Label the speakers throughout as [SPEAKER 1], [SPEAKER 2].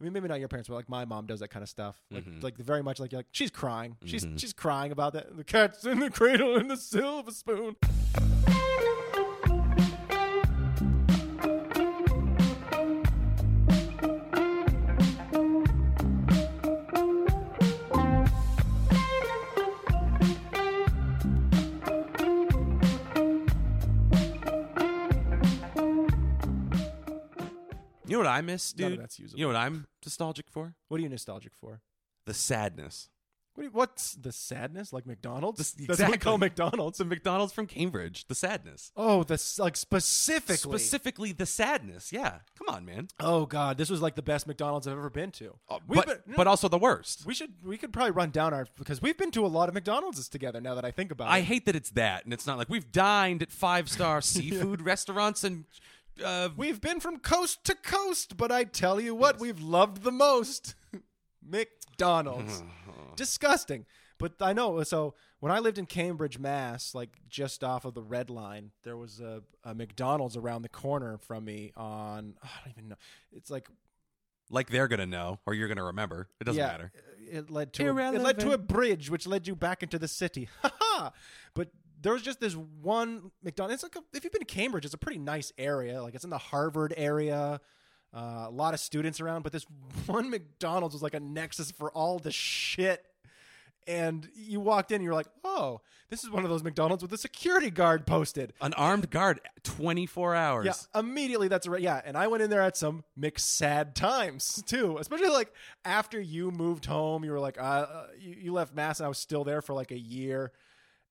[SPEAKER 1] I mean, maybe not your parents, but like my mom does that kind of stuff. Like,
[SPEAKER 2] Mm-hmm.
[SPEAKER 1] like very much like you're like she's crying. She's she's crying about that. The cat's in the cradle and the silver spoon.
[SPEAKER 2] You know what I miss, dude?
[SPEAKER 1] None of that's usable.
[SPEAKER 2] You know what I'm nostalgic for?
[SPEAKER 1] What are you nostalgic for?
[SPEAKER 2] The sadness.
[SPEAKER 1] What do you, what's the sadness? Like McDonald's?
[SPEAKER 2] This-
[SPEAKER 1] That's what we call
[SPEAKER 2] exactly.
[SPEAKER 1] McDonald's.
[SPEAKER 2] The McDonald's from Cambridge. The sadness.
[SPEAKER 1] Oh, the s- like specifically.
[SPEAKER 2] Specifically, the sadness. Yeah. Come on, man.
[SPEAKER 1] Oh God, this was like the best McDonald's I've ever been to. We've
[SPEAKER 2] Uh, but,
[SPEAKER 1] been-
[SPEAKER 2] but also the worst.
[SPEAKER 1] we should we could probably run down our because we've been to a lot of McDonald's together. Now that I think about
[SPEAKER 2] I
[SPEAKER 1] it,
[SPEAKER 2] hate that it's that, and it's not like we've dined at five star seafood restaurants and. Uh,
[SPEAKER 1] we've been from coast to coast. But I tell you what, we've loved the most McDonald's. Disgusting. But I know. So when I lived in Cambridge, Mass, like just off of the Red Line, there was a, a McDonald's around the corner from me. On I don't even know. It's like
[SPEAKER 2] like they're gonna know, or you're gonna remember. It doesn't matter.
[SPEAKER 1] uh, It led to a, it led to a
[SPEAKER 2] Irrelevant.
[SPEAKER 1] bridge, which led you back into the city. Ha ha! But there was just this one McDonald's. It's like a, if you've been to Cambridge, it's a pretty nice area. Like it's in the Harvard area, uh, a lot of students around. But this one McDonald's was like a nexus for all the shit. And you walked in, and you're like, "Oh, this is one of those McDonald's with a security guard posted."
[SPEAKER 2] An armed guard, twenty four hours.
[SPEAKER 1] Yeah, immediately. That's right. Yeah, and I went in there at some mixed sad times too. Especially like after you moved home, you were like, uh, uh, you, you left Mass, and I was still there for like a year,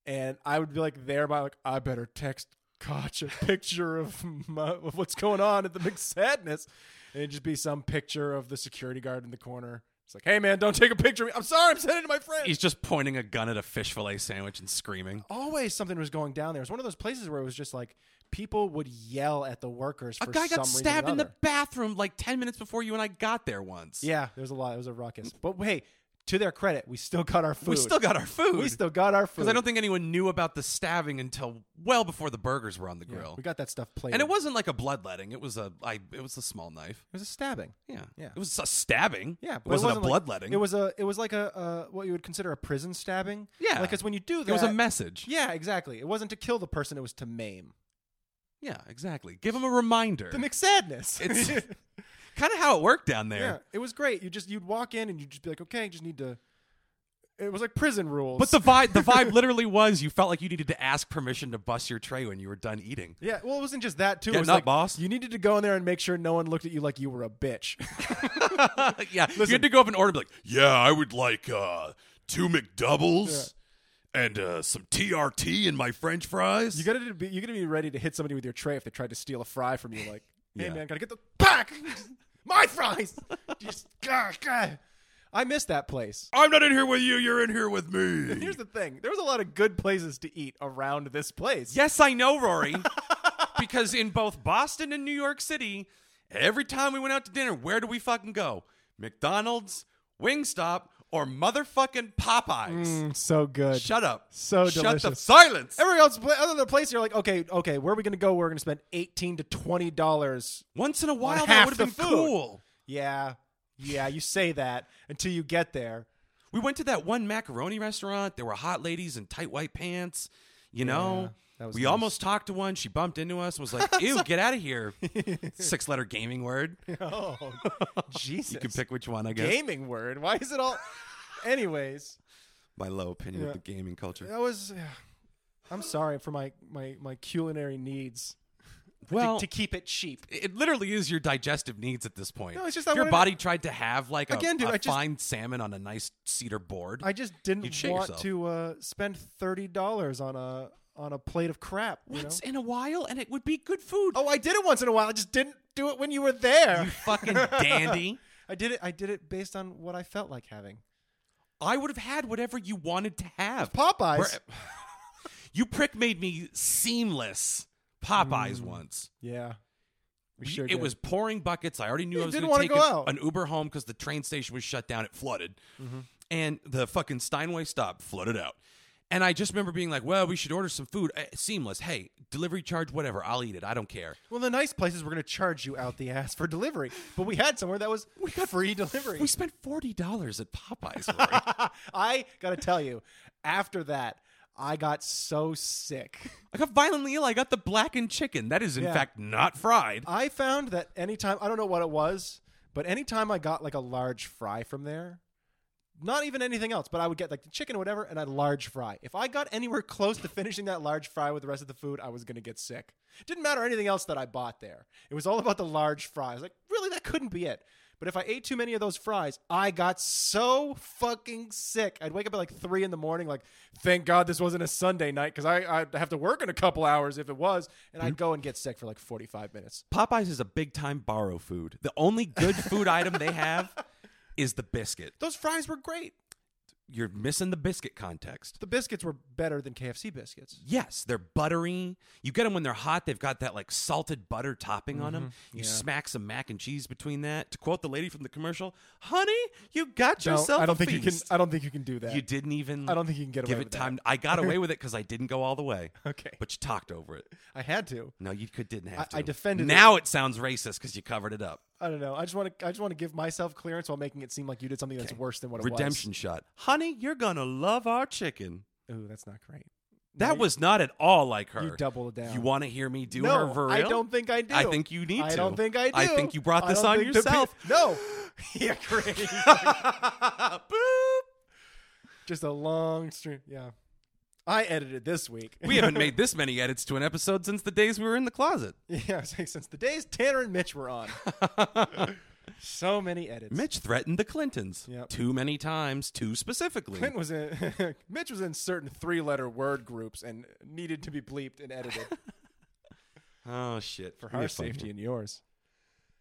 [SPEAKER 1] and I would be like there by like I better text Koch a picture of, my, of what's going on at the mixed sadness, and it'd just be some picture of the security guard in the corner. It's like, hey man, don't take a picture of me. I'm sorry, I'm sending it to my friend.
[SPEAKER 2] He's just pointing a gun at a fish fillet sandwich and screaming.
[SPEAKER 1] Always something was going down there. It was one of those places where it was just like people would yell at the workers.
[SPEAKER 2] A
[SPEAKER 1] for
[SPEAKER 2] guy
[SPEAKER 1] some
[SPEAKER 2] got
[SPEAKER 1] reason or
[SPEAKER 2] stabbed in the
[SPEAKER 1] another.
[SPEAKER 2] bathroom like ten minutes before you and I got there once.
[SPEAKER 1] Yeah, there was a lot. It was a ruckus. But hey, to their credit, we still got our food.
[SPEAKER 2] we still got our food.
[SPEAKER 1] we still got our food.
[SPEAKER 2] because I don't think anyone knew about the stabbing until well before the burgers were on the grill.
[SPEAKER 1] we got that stuff played.
[SPEAKER 2] and it wasn't like a bloodletting. It was a I. It was a small knife.
[SPEAKER 1] it was a stabbing.
[SPEAKER 2] Yeah,
[SPEAKER 1] Yeah.
[SPEAKER 2] It was a stabbing.
[SPEAKER 1] Yeah,
[SPEAKER 2] it
[SPEAKER 1] but
[SPEAKER 2] wasn't, a
[SPEAKER 1] like-
[SPEAKER 2] bloodletting.
[SPEAKER 1] it was a it was like a uh, what you would consider a prison stabbing.
[SPEAKER 2] Yeah.
[SPEAKER 1] because when you do that,
[SPEAKER 2] It was a message.
[SPEAKER 1] Yeah, exactly. It wasn't to kill the person; it was to maim.
[SPEAKER 2] Yeah, exactly. Give him a reminder.
[SPEAKER 1] The McSadness.
[SPEAKER 2] It's- kind of how it worked down there.
[SPEAKER 1] yeah, it was great. You just you'd walk in and you'd just be like, okay, just need to. It was like prison rules.
[SPEAKER 2] But the vibe, the vibe literally was you felt like you needed to ask permission to bust your tray when you were done eating.
[SPEAKER 1] Yeah, well, it wasn't just that too.
[SPEAKER 2] Get
[SPEAKER 1] it was
[SPEAKER 2] nut,
[SPEAKER 1] like,
[SPEAKER 2] boss.
[SPEAKER 1] You needed to go in there and make sure no one looked at you like you were a bitch.
[SPEAKER 2] yeah, you had to go up and order, and be like,
[SPEAKER 3] Yeah, I would like uh, two McDoubles and uh, some TRT in my French fries.
[SPEAKER 1] You gotta be you gotta be ready to hit somebody with your tray if they tried to steal a fry from you. Like, hey
[SPEAKER 2] Yeah.
[SPEAKER 1] man, gotta get the back my fries. Just gah, gah. I miss that place.
[SPEAKER 3] I'm not in here with you. You're in here with me.
[SPEAKER 1] Here's the thing: there was a lot of good places to eat around this place.
[SPEAKER 2] "Yes, I know, Rory," because in both Boston and New York City, every time we went out to dinner, where do we fucking go? McDonald's, Wingstop, or motherfucking Popeyes?
[SPEAKER 1] Mm, so good.
[SPEAKER 2] Shut up!
[SPEAKER 1] So
[SPEAKER 2] Shut the
[SPEAKER 1] delicious.
[SPEAKER 2] silence.
[SPEAKER 1] Every else, pla- other than the place, you're like, okay, okay, where are we gonna go? We're gonna spend eighteen to twenty dollars.
[SPEAKER 2] Once in a while, that
[SPEAKER 1] half
[SPEAKER 2] would
[SPEAKER 1] the
[SPEAKER 2] have been
[SPEAKER 1] food.
[SPEAKER 2] cool.
[SPEAKER 1] Yeah, yeah, you say that until you get there.
[SPEAKER 2] We went to that one macaroni restaurant. There were hot ladies in tight white pants. You know,
[SPEAKER 1] that was
[SPEAKER 2] we
[SPEAKER 1] nice.
[SPEAKER 2] almost talked to one. She bumped into us. and Was like, "Ew, get out of here!" Six letter gaming word.
[SPEAKER 1] Oh, Jesus!
[SPEAKER 2] You can pick which one, I guess.
[SPEAKER 1] gaming word. Why is it all? Anyways.
[SPEAKER 2] My low opinion
[SPEAKER 1] Yeah.
[SPEAKER 2] of the gaming culture.
[SPEAKER 1] That was. I'm sorry for my my my culinary needs.
[SPEAKER 2] Well,
[SPEAKER 1] to, to keep it cheap.
[SPEAKER 2] it literally is your digestive needs at this point.
[SPEAKER 1] No, it's just I
[SPEAKER 2] if your
[SPEAKER 1] wanted-
[SPEAKER 2] body tried to have like a,
[SPEAKER 1] Again, dude,
[SPEAKER 2] a
[SPEAKER 1] I just-
[SPEAKER 2] fine salmon on a nice cedar board.
[SPEAKER 1] I just didn't
[SPEAKER 2] You'd
[SPEAKER 1] want
[SPEAKER 2] shit yourself.
[SPEAKER 1] to uh, spend thirty dollars on a on a plate of crap. You know?
[SPEAKER 2] once in a while, and it would be good food.
[SPEAKER 1] Oh, I did it once in a while. I just didn't do it when you were there.
[SPEAKER 2] you fucking dandy!
[SPEAKER 1] I did it. I did it based on what I felt like having.
[SPEAKER 2] I would have had whatever you wanted to have.
[SPEAKER 1] Popeyes.
[SPEAKER 2] Where- you prick made me seamless Popeyes once.
[SPEAKER 1] yeah, we
[SPEAKER 2] You-
[SPEAKER 1] sure.
[SPEAKER 2] it
[SPEAKER 1] did.
[SPEAKER 2] was pouring buckets. I already knew
[SPEAKER 1] You
[SPEAKER 2] I was
[SPEAKER 1] didn't
[SPEAKER 2] going to
[SPEAKER 1] wanna
[SPEAKER 2] take
[SPEAKER 1] go
[SPEAKER 2] an,
[SPEAKER 1] out. Mm-hmm.
[SPEAKER 2] an Uber home because the train station was shut down. It flooded, and the fucking Steinway stop flooded out. And I just remember being like, well, we should order some food. Eh, Seamless. Hey, delivery charge, whatever. I'll eat it. I don't care.
[SPEAKER 1] Well, the nice places were going to charge you out the ass for delivery, but we had somewhere that was we got free delivery.
[SPEAKER 2] We spent $40 at Popeyes. Rory.
[SPEAKER 1] I got to tell you, after that, I got so sick.
[SPEAKER 2] I got violently ill. I got the blackened chicken. That is, in
[SPEAKER 1] Yeah.
[SPEAKER 2] fact, not fried.
[SPEAKER 1] I found that anytime, I don't know what it was, but anytime I got like a large fry from there, not even anything else, but I would get like the chicken or whatever and a large fry. If I got anywhere close to finishing that large fry with the rest of the food, I was going to get sick. Didn't matter anything else that I bought there. It was all about the large fries. like, really, that couldn't be it. But if I ate too many of those fries, I got so fucking sick. I'd wake up at like three in the morning, like, thank God this wasn't a Sunday night because I'd have to work in a couple hours if it was. And I'd go and get sick for like 45 minutes.
[SPEAKER 2] Popeyes is a big time borrow food. The only good food item they have is the biscuit.
[SPEAKER 1] Those fries were great.
[SPEAKER 2] You're missing the biscuit context.
[SPEAKER 1] The biscuits were better than KFC biscuits.
[SPEAKER 2] Yes, they're buttery. You get them when they're hot. They've got that like salted butter topping on them.
[SPEAKER 1] Mm-hmm.
[SPEAKER 2] You smack some mac and cheese between that. To quote the lady from the commercial, "Honey, you got yourself."
[SPEAKER 1] I don't
[SPEAKER 2] a
[SPEAKER 1] think you can.
[SPEAKER 2] feast."
[SPEAKER 1] I don't think you can do that.
[SPEAKER 2] You didn't even.
[SPEAKER 1] I don't think you can get away
[SPEAKER 2] give
[SPEAKER 1] with
[SPEAKER 2] it
[SPEAKER 1] that.
[SPEAKER 2] time. I got away with it because I didn't go all the way.
[SPEAKER 1] Okay.
[SPEAKER 2] but you talked over it.
[SPEAKER 1] I had to.
[SPEAKER 2] No, you could didn't have
[SPEAKER 1] I-
[SPEAKER 2] to.
[SPEAKER 1] I defended it.
[SPEAKER 2] Now it sounds racist because you covered it up.
[SPEAKER 1] I don't know. I just want to. I just want to give myself clearance while making it seem like you did something that's worse than what it
[SPEAKER 2] Redemption shot, honey. You're gonna love our chicken.
[SPEAKER 1] was. Ooh, that's not great.
[SPEAKER 2] That was not at all like her.
[SPEAKER 1] You doubled it down.
[SPEAKER 2] You want to hear me do
[SPEAKER 1] no,
[SPEAKER 2] her for real?
[SPEAKER 1] I don't think I do.
[SPEAKER 2] I think you need
[SPEAKER 1] I
[SPEAKER 2] to.
[SPEAKER 1] don't think I do.
[SPEAKER 2] I think you brought
[SPEAKER 1] I
[SPEAKER 2] this
[SPEAKER 1] don't
[SPEAKER 2] on
[SPEAKER 1] think the pe-
[SPEAKER 2] yourself.
[SPEAKER 1] no. yeah, great.
[SPEAKER 2] Boop.
[SPEAKER 1] just a long stream. Yeah. I edited this week.
[SPEAKER 2] We haven't made this many edits to an episode since the days we were in the closet.
[SPEAKER 1] yeah, it's like since the days Tanner and Mitch were on. so many edits.
[SPEAKER 2] Mitch threatened the Clintons
[SPEAKER 1] Yep.
[SPEAKER 2] too many times, too specifically.
[SPEAKER 1] Clint was in Mitch was in certain three letter word groups and needed to be bleeped and edited
[SPEAKER 2] oh shit!
[SPEAKER 1] for our safety and yours.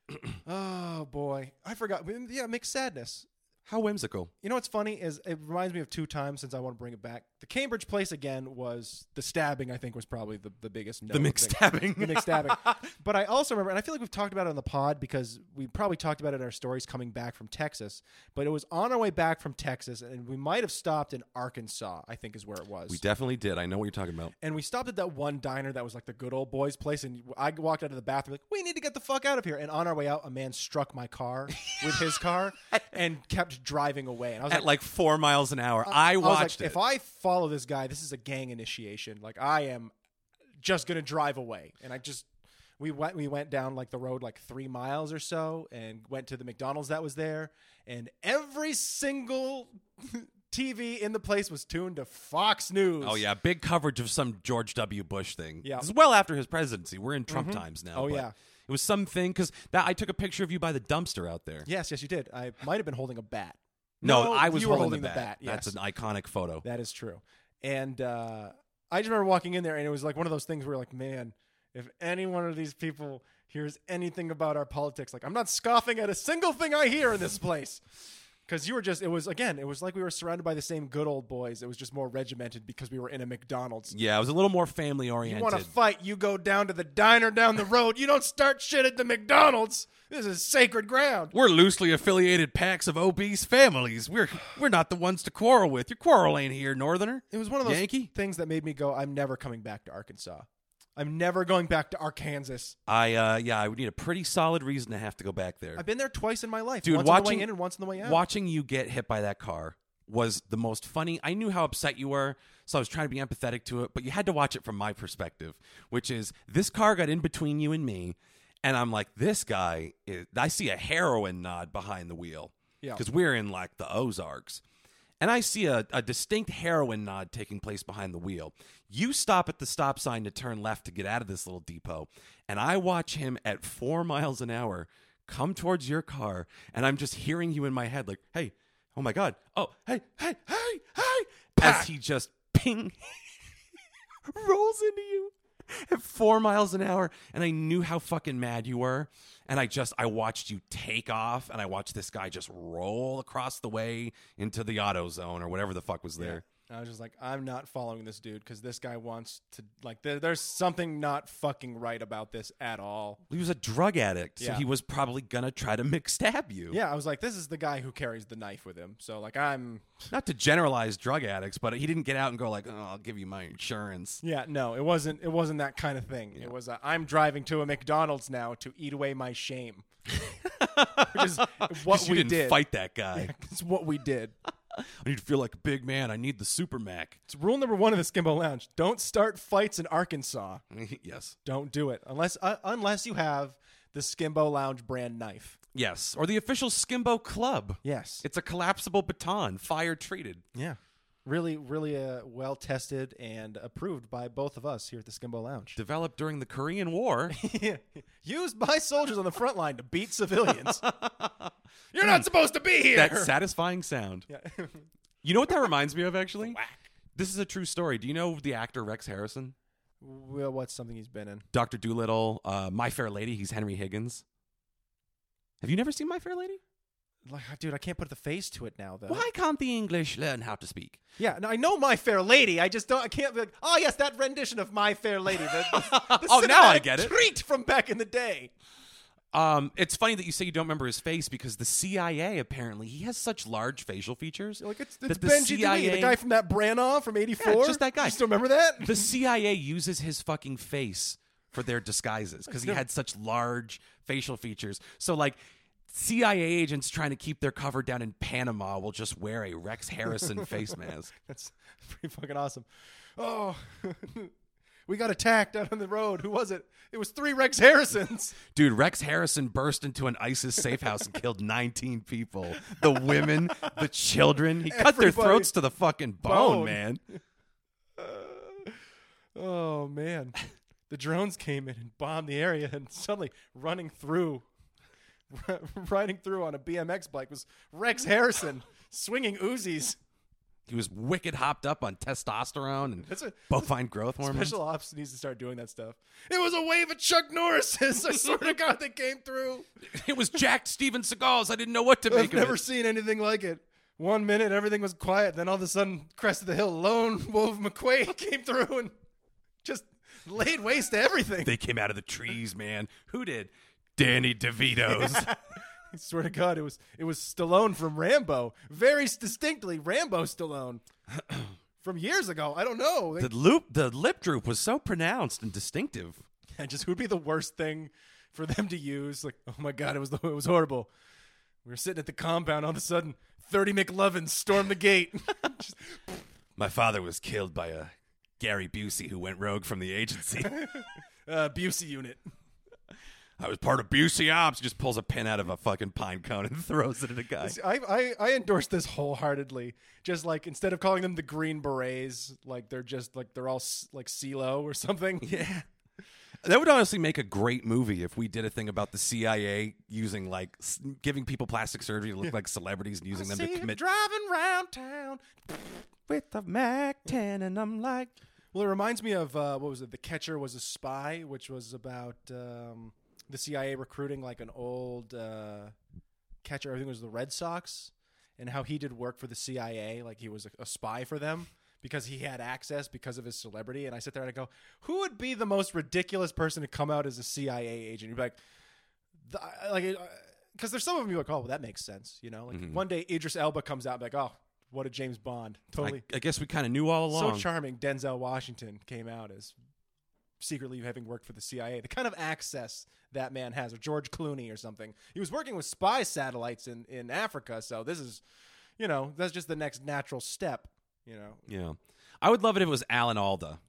[SPEAKER 1] oh boy, I forgot. Yeah, mixed sadness.
[SPEAKER 2] How whimsical.
[SPEAKER 1] You know what's funny is it reminds me of two times since I want to bring it back. The Cambridge Place again was the stabbing. I think was probably the the biggest
[SPEAKER 2] The mixed stabbing.
[SPEAKER 1] the McStabbing. but I also remember, and I feel like we've talked about it on the pod because we probably talked about it in our stories coming back from Texas. But it was on our way back from Texas, and we might have stopped in Arkansas. I think is where it was.
[SPEAKER 2] we definitely did. I know what you're talking about.
[SPEAKER 1] and we stopped at that one diner that was like the good old boys place and i walked out of the bathroom like we need to get the fuck out of here and on our way out a man struck my car with his car and kept driving away and i was
[SPEAKER 2] At like four miles an hour, I,
[SPEAKER 1] I was like,
[SPEAKER 2] watched it.
[SPEAKER 1] if i follow this guy this is a gang initiation like i am just gonna drive away and i just we went we went down like the road like three miles or so and went to the mcdonald's that was there and every single tv in the place was tuned to fox news
[SPEAKER 2] Oh yeah, big coverage of some George W. Bush thing.
[SPEAKER 1] Yeah.
[SPEAKER 2] this is well after his presidency. We're in Trump times now.
[SPEAKER 1] Oh,
[SPEAKER 2] but
[SPEAKER 1] yeah.
[SPEAKER 2] it was something because that I took a picture of you by the dumpster out there.
[SPEAKER 1] Yes, yes, you did. I might have been holding a bat.
[SPEAKER 2] no, I was
[SPEAKER 1] you were
[SPEAKER 2] holding, the bat.
[SPEAKER 1] yes.
[SPEAKER 2] That's an iconic photo.
[SPEAKER 1] That is true. And uh, I just remember walking in there, and it was like one of those things where, like, man, if any one of these people hears anything about our politics, like, I'm not scoffing at a single thing I hear in this place. Because you were just, it was, again, it was like we were surrounded by the same good old boys. It was just more regimented because we were in a McDonald's.
[SPEAKER 2] yeah, it was a little more family
[SPEAKER 1] You
[SPEAKER 2] oriented.
[SPEAKER 1] want to fight, you go down to the diner down the road. You don't start shit at the McDonald's. This is sacred ground.
[SPEAKER 2] we're loosely affiliated packs of obese families. We're we're not the ones to quarrel with. Your quarrel ain't here, Northerner.
[SPEAKER 1] It was one of those
[SPEAKER 2] Yankee?
[SPEAKER 1] things that made me go, I'm never coming back to Arkansas. I'm never going back to Arkansas.
[SPEAKER 2] I uh yeah, I would need a pretty solid reason to have to go back there.
[SPEAKER 1] I've been there twice in my life.
[SPEAKER 2] Dude,
[SPEAKER 1] once on the
[SPEAKER 2] watching-
[SPEAKER 1] way in and once on the way out.
[SPEAKER 2] watching you get hit by that car was the most funny. I knew how upset you were, so I was trying to be empathetic to it, but you had to watch it from my perspective, which is this car got in between you and me, and I'm like, this guy is I see a heroin nod behind the wheel.
[SPEAKER 1] Yeah.
[SPEAKER 2] Because we're in like the Ozarks. And I see a, a distinct heroin nod taking place behind the wheel. You stop at the stop sign to turn left to get out of this little depot. And I watch him at four miles an hour come towards your car. And I'm just hearing you in my head, like, hey, oh my God. Oh, hey, hey, hey, hey. As he just ping rolls into you at four miles an hour and i knew how fucking mad you were and i just i watched you take off and i watched this guy just roll across the way into the auto zone or whatever the fuck was there
[SPEAKER 1] I was just like, I'm not following this dude because this guy wants to like. There, there's something not fucking right about this at all.
[SPEAKER 2] He was a drug addict, so
[SPEAKER 1] Yeah.
[SPEAKER 2] he was probably gonna try to mix stab you.
[SPEAKER 1] Yeah, I was like, this is the guy who carries the knife with him. So like, I'm
[SPEAKER 2] Not to generalize drug addicts, but he didn't get out and go like, "Oh, I'll give you my insurance."
[SPEAKER 1] yeah, no, it wasn't. It wasn't that kind of thing. It was i I'm driving to a McDonald's now to eat away my shame, which is what
[SPEAKER 2] 'Cause you
[SPEAKER 1] we
[SPEAKER 2] didn't
[SPEAKER 1] did.
[SPEAKER 2] fight that guy.
[SPEAKER 1] It's what we did.
[SPEAKER 2] I need to feel like a big man. I need the super mac.
[SPEAKER 1] It's rule number one of the Skimbo Lounge: don't start fights in Arkansas.
[SPEAKER 2] yes,
[SPEAKER 1] Don't do it unless uh, unless you have the Skimbo Lounge brand knife.
[SPEAKER 2] yes, or the official Skimbo Club.
[SPEAKER 1] Yes,
[SPEAKER 2] It's a collapsible baton, fire treated.
[SPEAKER 1] Yeah. Really, really uh, well tested and approved by both of us here at the Skimbo Lounge.
[SPEAKER 2] developed during the Korean War.
[SPEAKER 1] Used by soldiers on the front line to beat civilians.
[SPEAKER 3] You're
[SPEAKER 1] Hmm.
[SPEAKER 3] not supposed to be here.
[SPEAKER 2] that satisfying sound.
[SPEAKER 1] Yeah.
[SPEAKER 2] You know what that reminds me of, actually? This is a true story. Do you know the actor Rex Harrison?
[SPEAKER 1] well, what's something he's been in?
[SPEAKER 2] Dr. Doolittle, uh, My Fair Lady, he's Henry Higgins. Have you never seen My Fair Lady?
[SPEAKER 1] Like, dude, I can't put the face to it now, though.
[SPEAKER 2] Why can't the English learn how to speak?
[SPEAKER 1] Yeah, no, I know My Fair Lady. I just don't. I can't. be Like, oh yes, that rendition of My Fair Lady. The, the- the
[SPEAKER 2] Oh, now I
[SPEAKER 1] cinematic
[SPEAKER 2] get it.
[SPEAKER 1] Treat from back in the day.
[SPEAKER 2] Um, it's funny that you say you don't remember his face because the CIA apparently he has such large facial features.
[SPEAKER 1] Like it's,
[SPEAKER 2] that
[SPEAKER 1] it's
[SPEAKER 2] the
[SPEAKER 1] Benji
[SPEAKER 2] CIA
[SPEAKER 1] Dewey, the guy from that Branagh from '84.
[SPEAKER 2] Yeah, just that guy.
[SPEAKER 1] You still remember that?
[SPEAKER 2] the CIA uses his fucking face for their disguises because he had such large facial features. So like CIA agents trying to keep their cover down in Panama will just wear a Rex Harrison face mask.
[SPEAKER 1] That's pretty fucking awesome. Oh, we got attacked out on the road. Who was it? It was three Rex Harrisons.
[SPEAKER 2] Dude, Rex Harrison burst into an ISIS safe house and killed 19 people. The women, the children. He cut their
[SPEAKER 1] Everybody.
[SPEAKER 2] throats to the fucking bone,
[SPEAKER 1] Bone.
[SPEAKER 2] man.
[SPEAKER 1] Oh man, the drones came in and bombed the area, and suddenly running through, riding through on a BMX bike was Rex Harrison swinging Uzis.
[SPEAKER 2] He was wicked hopped up on testosterone and
[SPEAKER 1] That's a-
[SPEAKER 2] bovine growth hormones.
[SPEAKER 1] Special ops needs to start doing that stuff. It was a wave of Chuck Norris's. I swear to God, they came through.
[SPEAKER 2] It was jacked Steven Seagal's. I didn't know what to make
[SPEAKER 1] I've
[SPEAKER 2] of it.
[SPEAKER 1] never seen anything like it. One minute everything was quiet, then all of a sudden, crest of the hill, lone Wolf McQuay came through and just laid waste to everything.
[SPEAKER 2] They came out of the trees, man. Who did? Danny DeVito's.
[SPEAKER 1] I swear to God, it was it was Stallone from Rambo, very distinctly Rambo Stallone from years ago. I don't know. They-
[SPEAKER 2] the loop, the lip droop was so pronounced and distinctive.
[SPEAKER 1] And just who'd be the worst thing for them to use? Like, oh my god, it was the, it was horrible. We were sitting at the compound. All of a sudden, thirty McLovins stormed the gate. Just-
[SPEAKER 2] My father was killed by a Gary Busey who went rogue from the agency.
[SPEAKER 1] uh, Busey unit.
[SPEAKER 2] I was part of Busey Ops. Just pulls a pin out of a fucking pine cone and throws it at a guy.
[SPEAKER 1] See, I, I, I endorse this wholeheartedly. Just like instead of calling them the Green Berets, like they're just like they're all s- like CeeLo or something.
[SPEAKER 2] Yeah. That would honestly make a great movie if we did a thing about the CIA using like s- giving people plastic surgery to look like celebrities and using them to
[SPEAKER 1] See him
[SPEAKER 2] commit
[SPEAKER 1] driving round town.
[SPEAKER 2] with a Mac 10 and I'm like
[SPEAKER 1] Well, it reminds me of uh, what was it? The Catcher was a spy, which was about um, the CIA recruiting like an old uh, catcher. I think it was the Red Sox, and how he did work for the CIA, like he was a, a spy for them because he had access because of his celebrity. And I sit there and I go, who would be the most ridiculous person to come out as a CIA agent? You'd be like, the, I- like, because there's some of them you're like, oh, well, that makes sense, you know. Like one day Idris Elba comes out, and be like, oh, what a James Bond, totally.
[SPEAKER 2] I, I guess we kind of knew all along.
[SPEAKER 1] So charming, Denzel Washington came out as secretly having worked for the CIA. The kind of access that man has, or George Clooney or something. He was working with spy satellites in, in Africa, so this is, you know, that's just the next natural step, you know.
[SPEAKER 2] Yeah. I would love it if it was Alan Alda.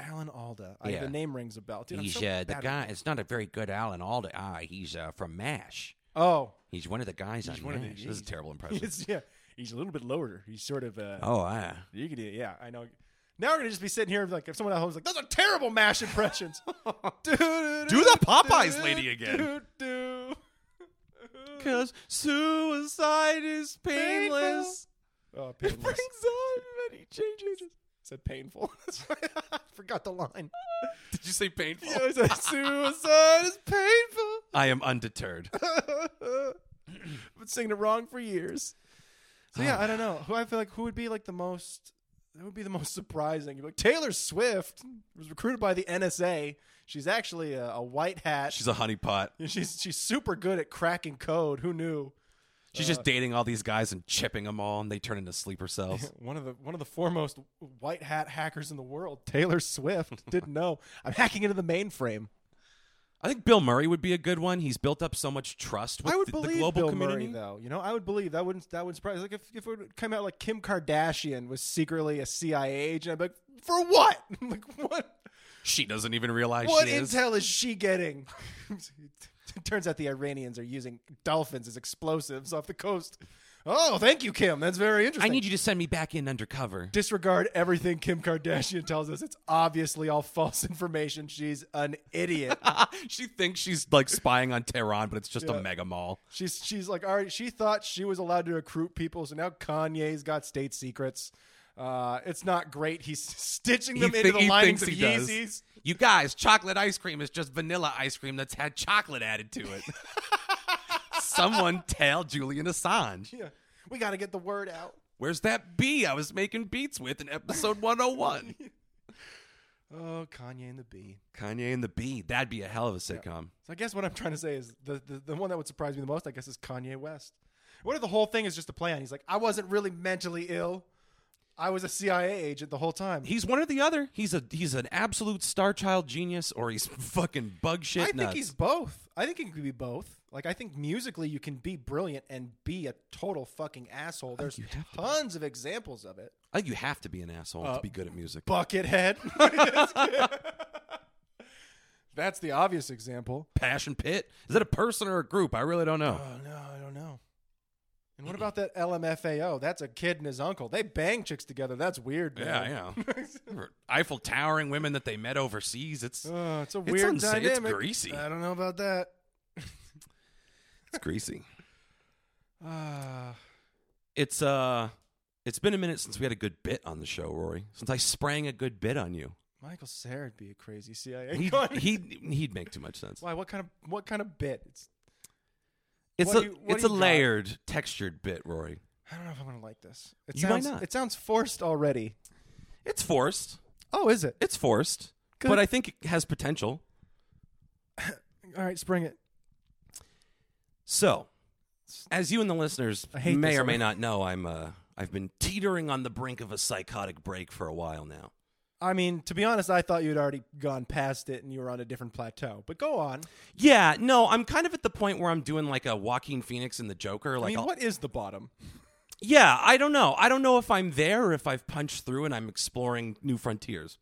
[SPEAKER 1] Alan Alda. I,
[SPEAKER 2] Yeah.
[SPEAKER 1] The name rings a bell. Dude, I'm
[SPEAKER 2] he's
[SPEAKER 1] so
[SPEAKER 2] uh, the
[SPEAKER 1] bad at-
[SPEAKER 2] guy. It's not a very good Alan Alda. Ah, he's uh, from MASH.
[SPEAKER 1] Oh.
[SPEAKER 2] He's one of the guys on
[SPEAKER 1] one of the
[SPEAKER 2] MASH. This is a
[SPEAKER 1] Gs.
[SPEAKER 2] terrible impression.
[SPEAKER 1] He's, yeah. He's a little bit lower. He's sort of, uh,
[SPEAKER 2] oh, I.
[SPEAKER 1] you could do Yeah, I know. Now we're going to just be sitting here like if someone at home's like, those are terrible MASH impressions. do
[SPEAKER 2] the Popeyes lady again.
[SPEAKER 1] do.
[SPEAKER 2] Because suicide is
[SPEAKER 1] painless. Oh, painless.
[SPEAKER 2] on many changes.
[SPEAKER 1] said painful. I forgot the line.
[SPEAKER 2] Did you say painful?
[SPEAKER 1] I said, Suicide is painful.
[SPEAKER 2] I am undeterred.
[SPEAKER 1] I've been singing it wrong for years. So yeah, I don't know. Who I feel like who would be like the most that would be the most surprising. You'd be like, Taylor Swift was recruited by the NSA. She's actually a, a white hat.
[SPEAKER 2] She's a honeypot.
[SPEAKER 1] And she's she's super good at cracking code. Who knew?
[SPEAKER 2] She's
[SPEAKER 1] Uh.
[SPEAKER 2] just dating all these guys and chipping them all, and they turn into sleeper cells.
[SPEAKER 1] One of the one of the foremost white hat hackers in the world, Taylor Swift, didn't know. I'm hacking into the mainframe.
[SPEAKER 2] I think Bill Murray would be a good one. He's built up so much trust with
[SPEAKER 1] I would
[SPEAKER 2] the, the
[SPEAKER 1] believe
[SPEAKER 2] global
[SPEAKER 1] Bill
[SPEAKER 2] community.
[SPEAKER 1] Murray though. You know, I would believe that wouldn't that would surprise. Like if if it would come out like Kim Kardashian was secretly a CIA agent, I'd be like, for what? like what?
[SPEAKER 2] she doesn't even realize
[SPEAKER 1] What
[SPEAKER 2] she is.
[SPEAKER 1] intel is she getting? it turns out the Iranians are using dolphins as explosives off the coast. Oh, thank you, Kim. That's very
[SPEAKER 2] I
[SPEAKER 1] interesting.
[SPEAKER 2] need you to send me back in undercover.
[SPEAKER 1] disregard everything Kim Kardashian tells us. It's obviously all false information. She's an idiot.
[SPEAKER 2] she thinks she's like spying on Tehran, but it's just
[SPEAKER 1] Yeah.
[SPEAKER 2] a mega mall.
[SPEAKER 1] she's she's like, all right, she thought she was allowed to recruit people, so now Kanye's got state secrets. Uh, it's not great. He's stitching them
[SPEAKER 2] thi-
[SPEAKER 1] into the linings of
[SPEAKER 2] thinks he does.
[SPEAKER 1] Yeezys.
[SPEAKER 2] You guys, chocolate ice cream is just vanilla ice cream that's had chocolate added to it. Someone tell Julian Assange.
[SPEAKER 1] Yeah. We got to get the word out.
[SPEAKER 2] Where's that bee I was making beats with in episode 101?
[SPEAKER 1] Oh, Kanye and the Bee.
[SPEAKER 2] Kanye and the Bee. That'd be a hell of a sitcom.
[SPEAKER 1] So I guess what I'm trying to say is the, the the one that would surprise me the most, I guess, is Kanye West. What if the whole thing is just a plan? He's like, I wasn't really mentally ill. I was a CIA agent the whole time.
[SPEAKER 2] He's one or the other. He's a he's an absolute star child genius, or he's fucking bug shit
[SPEAKER 1] I think
[SPEAKER 2] nuts.
[SPEAKER 1] he's both. I think he could be both. Like I think musically you can be brilliant and be a total fucking asshole. There's
[SPEAKER 2] you have to be.
[SPEAKER 1] tons of examples of it.
[SPEAKER 2] I think you have to be an asshole
[SPEAKER 1] Uh,
[SPEAKER 2] to be good at music.
[SPEAKER 1] Buckethead. That's the obvious example.
[SPEAKER 2] Passion Pit is that a person or a group? Uh, I really don't know.
[SPEAKER 1] Oh no, I don't know. And what about that LMFAO? That's a kid and his uncle. They bang chicks together. That's weird.
[SPEAKER 2] yeah,
[SPEAKER 1] man.
[SPEAKER 2] yeah. Eiffel towering women that they met overseas. It's
[SPEAKER 1] Oh, it's a
[SPEAKER 2] It's
[SPEAKER 1] weird
[SPEAKER 2] unsa- it's
[SPEAKER 1] dynamic.
[SPEAKER 2] greasy.
[SPEAKER 1] I don't know about that.
[SPEAKER 2] it's greasy.
[SPEAKER 1] Uh,
[SPEAKER 2] It's uh, it's been a minute since we had a good bit on the show, Rory. Since I sprang a good bit on you,
[SPEAKER 1] Michael Sarah would be a crazy CIA.
[SPEAKER 2] he
[SPEAKER 1] con-
[SPEAKER 2] he he'd make too much sense.
[SPEAKER 1] Why? What kind of what kind of bit? It's
[SPEAKER 2] It's
[SPEAKER 1] What
[SPEAKER 2] a
[SPEAKER 1] do you- what
[SPEAKER 2] it's
[SPEAKER 1] do
[SPEAKER 2] a
[SPEAKER 1] you got?
[SPEAKER 2] layered, textured bit, Rory.
[SPEAKER 1] I don't know if I'm gonna like this. It
[SPEAKER 2] You might
[SPEAKER 1] sounds
[SPEAKER 2] not.
[SPEAKER 1] it sounds forced already.
[SPEAKER 2] It's forced.
[SPEAKER 1] Oh, is it?
[SPEAKER 2] It's forced,
[SPEAKER 1] Good.
[SPEAKER 2] but I think it has potential.
[SPEAKER 1] All right, spring it.
[SPEAKER 2] So, as you and the listeners
[SPEAKER 1] I hate
[SPEAKER 2] may
[SPEAKER 1] this
[SPEAKER 2] or may
[SPEAKER 1] already.
[SPEAKER 2] not know, I'm uh, I've been teetering on the brink of a psychotic break for a while now.
[SPEAKER 1] I mean, to be honest, I thought you'd already gone past it and you were on a different plateau. But go on.
[SPEAKER 2] Yeah, no, I'm kind of at the point where I'm doing like a Joaquin Phoenix in the Joker.
[SPEAKER 1] I
[SPEAKER 2] Like,
[SPEAKER 1] mean,
[SPEAKER 2] I'll-
[SPEAKER 1] what is the bottom?
[SPEAKER 2] yeah, I don't know. I don't know if I'm there or if I've punched through and I'm exploring new frontiers.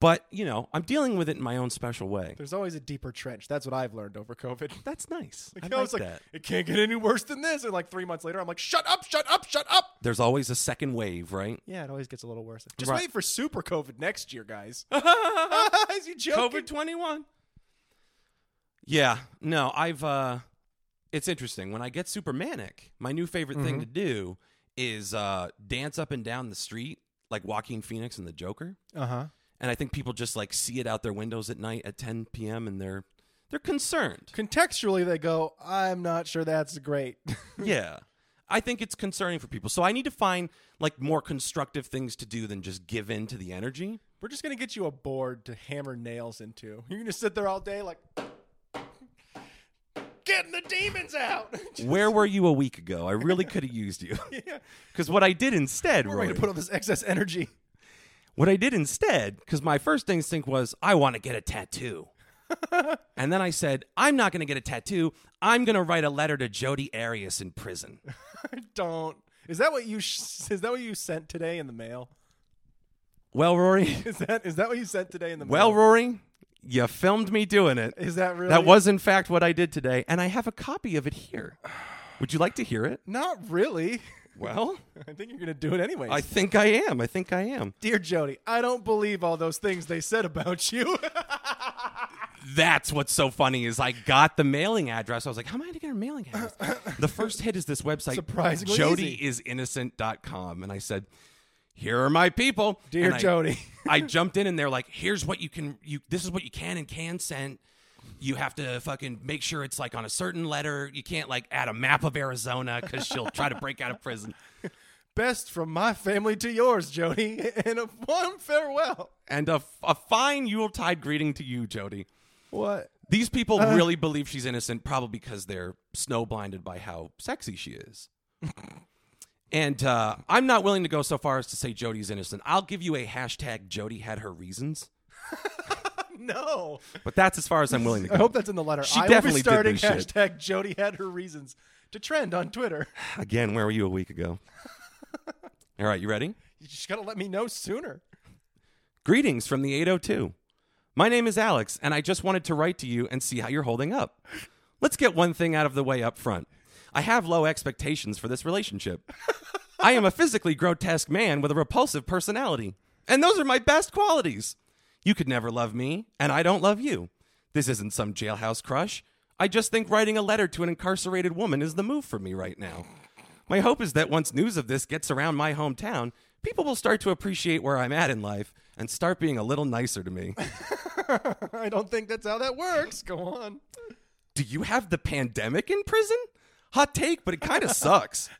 [SPEAKER 2] But you know, I'm dealing with it in my own special way.
[SPEAKER 1] There's always a deeper trench. That's what I've learned over COVID.
[SPEAKER 2] That's nice. I
[SPEAKER 1] I
[SPEAKER 2] like
[SPEAKER 1] was like,
[SPEAKER 2] that.
[SPEAKER 1] it can't get any worse than this. And like three months later, I'm like, shut up, shut up, shut up.
[SPEAKER 2] There's always a second wave, right?
[SPEAKER 1] Yeah, it always gets a little worse. Just
[SPEAKER 2] Right.
[SPEAKER 1] wait for super COVID next year, guys. Is he joking?
[SPEAKER 2] COVID 21. Yeah, no, I've uh it's interesting. When I get super manic, my new favorite
[SPEAKER 1] Mm-hmm.
[SPEAKER 2] thing to do is uh dance up and down the street like Joaquin Phoenix and the Joker.
[SPEAKER 1] Uh huh.
[SPEAKER 2] And I think people just like see it out their windows at night at 10 p.m. and they're they're concerned.
[SPEAKER 1] Contextually, they go, I'm not sure that's great.
[SPEAKER 2] yeah. I think it's concerning for people. So I need to find like more constructive things to do than just give in to the energy.
[SPEAKER 1] We're just gonna get you a board to hammer nails into. You're gonna sit there all day like getting the demons out.
[SPEAKER 2] Where were you a week ago? I really could have used you.
[SPEAKER 1] yeah.
[SPEAKER 2] Cuz what I did instead,
[SPEAKER 1] We're gonna
[SPEAKER 2] Rory-
[SPEAKER 1] put all this excess energy.
[SPEAKER 2] What I did instead, because my first instinct was, I want to get a tattoo. and then I said, I'm not going to get a tattoo. I'm going to write a letter to Jody Arias in prison.
[SPEAKER 1] Don't. Is that what you sh- is that what you sent today in the mail?
[SPEAKER 2] Well, Rory,
[SPEAKER 1] Is that is that what you sent today in the
[SPEAKER 2] well,
[SPEAKER 1] mail?
[SPEAKER 2] Rory, you filmed me doing it.
[SPEAKER 1] is that really
[SPEAKER 2] That was, in fact, what I did today. And I have a copy of it here. Would you like to hear it?
[SPEAKER 1] not really.
[SPEAKER 2] Well,
[SPEAKER 1] I think you're gonna do it anyways.
[SPEAKER 2] I think I am. I think I am.
[SPEAKER 1] Dear Jody, I don't believe all those things they said about you.
[SPEAKER 2] that's what's so funny is I got the mailing address. I was like, how am I going to get her mailing address? the first hit is this website,
[SPEAKER 1] Surprisingly
[SPEAKER 2] jodyisinnoccent.com. And I said, here are my people.
[SPEAKER 1] Dear
[SPEAKER 2] And I-
[SPEAKER 1] Jody.
[SPEAKER 2] I jumped in and they're like, here's what you can, you this is what you can and can send. You have to fucking make sure it's like on a certain letter. You can't like add a map of Arizona because she'll try to break out of prison.
[SPEAKER 1] best from my family to yours, Jody, and a warm farewell.
[SPEAKER 2] And a, f- a fine Yuletide greeting to you, Jody.
[SPEAKER 1] What?
[SPEAKER 2] These people really believe she's innocent, probably because they're snow blinded by how sexy she is. and uh, I'm not willing to go so far as to say Jody's innocent. I'll give you a hashtag Jody had her reasons,
[SPEAKER 1] No.
[SPEAKER 2] but that's as far as I'm willing to
[SPEAKER 1] I
[SPEAKER 2] go.
[SPEAKER 1] hope that's in the letter.
[SPEAKER 2] She
[SPEAKER 1] I will
[SPEAKER 2] definitely
[SPEAKER 1] be
[SPEAKER 2] did
[SPEAKER 1] starting
[SPEAKER 2] this shit.
[SPEAKER 1] hashtag Jody had her reasons to trend on Twitter.
[SPEAKER 2] Again, where were you a week ago? All right, you ready?
[SPEAKER 1] You just gotta let me know sooner.
[SPEAKER 2] Greetings from the 802. My name is Alex, and I just wanted to write to you and see how you're holding up. Let's get one thing out of the way up front. I have low expectations for this relationship. I am a physically grotesque man with a repulsive personality, and those are my best qualities. You could never love me, and I don't love you. This isn't some jailhouse crush. I just think writing a letter to an incarcerated woman is the move for me right now. My hope is that once news of this gets around my hometown, people will start to appreciate where I'm at in life and start being a little nicer to me.
[SPEAKER 1] I don't think that's how that works. Go on.
[SPEAKER 2] Do you have the pandemic in prison? Hot take, but it kind of sucks.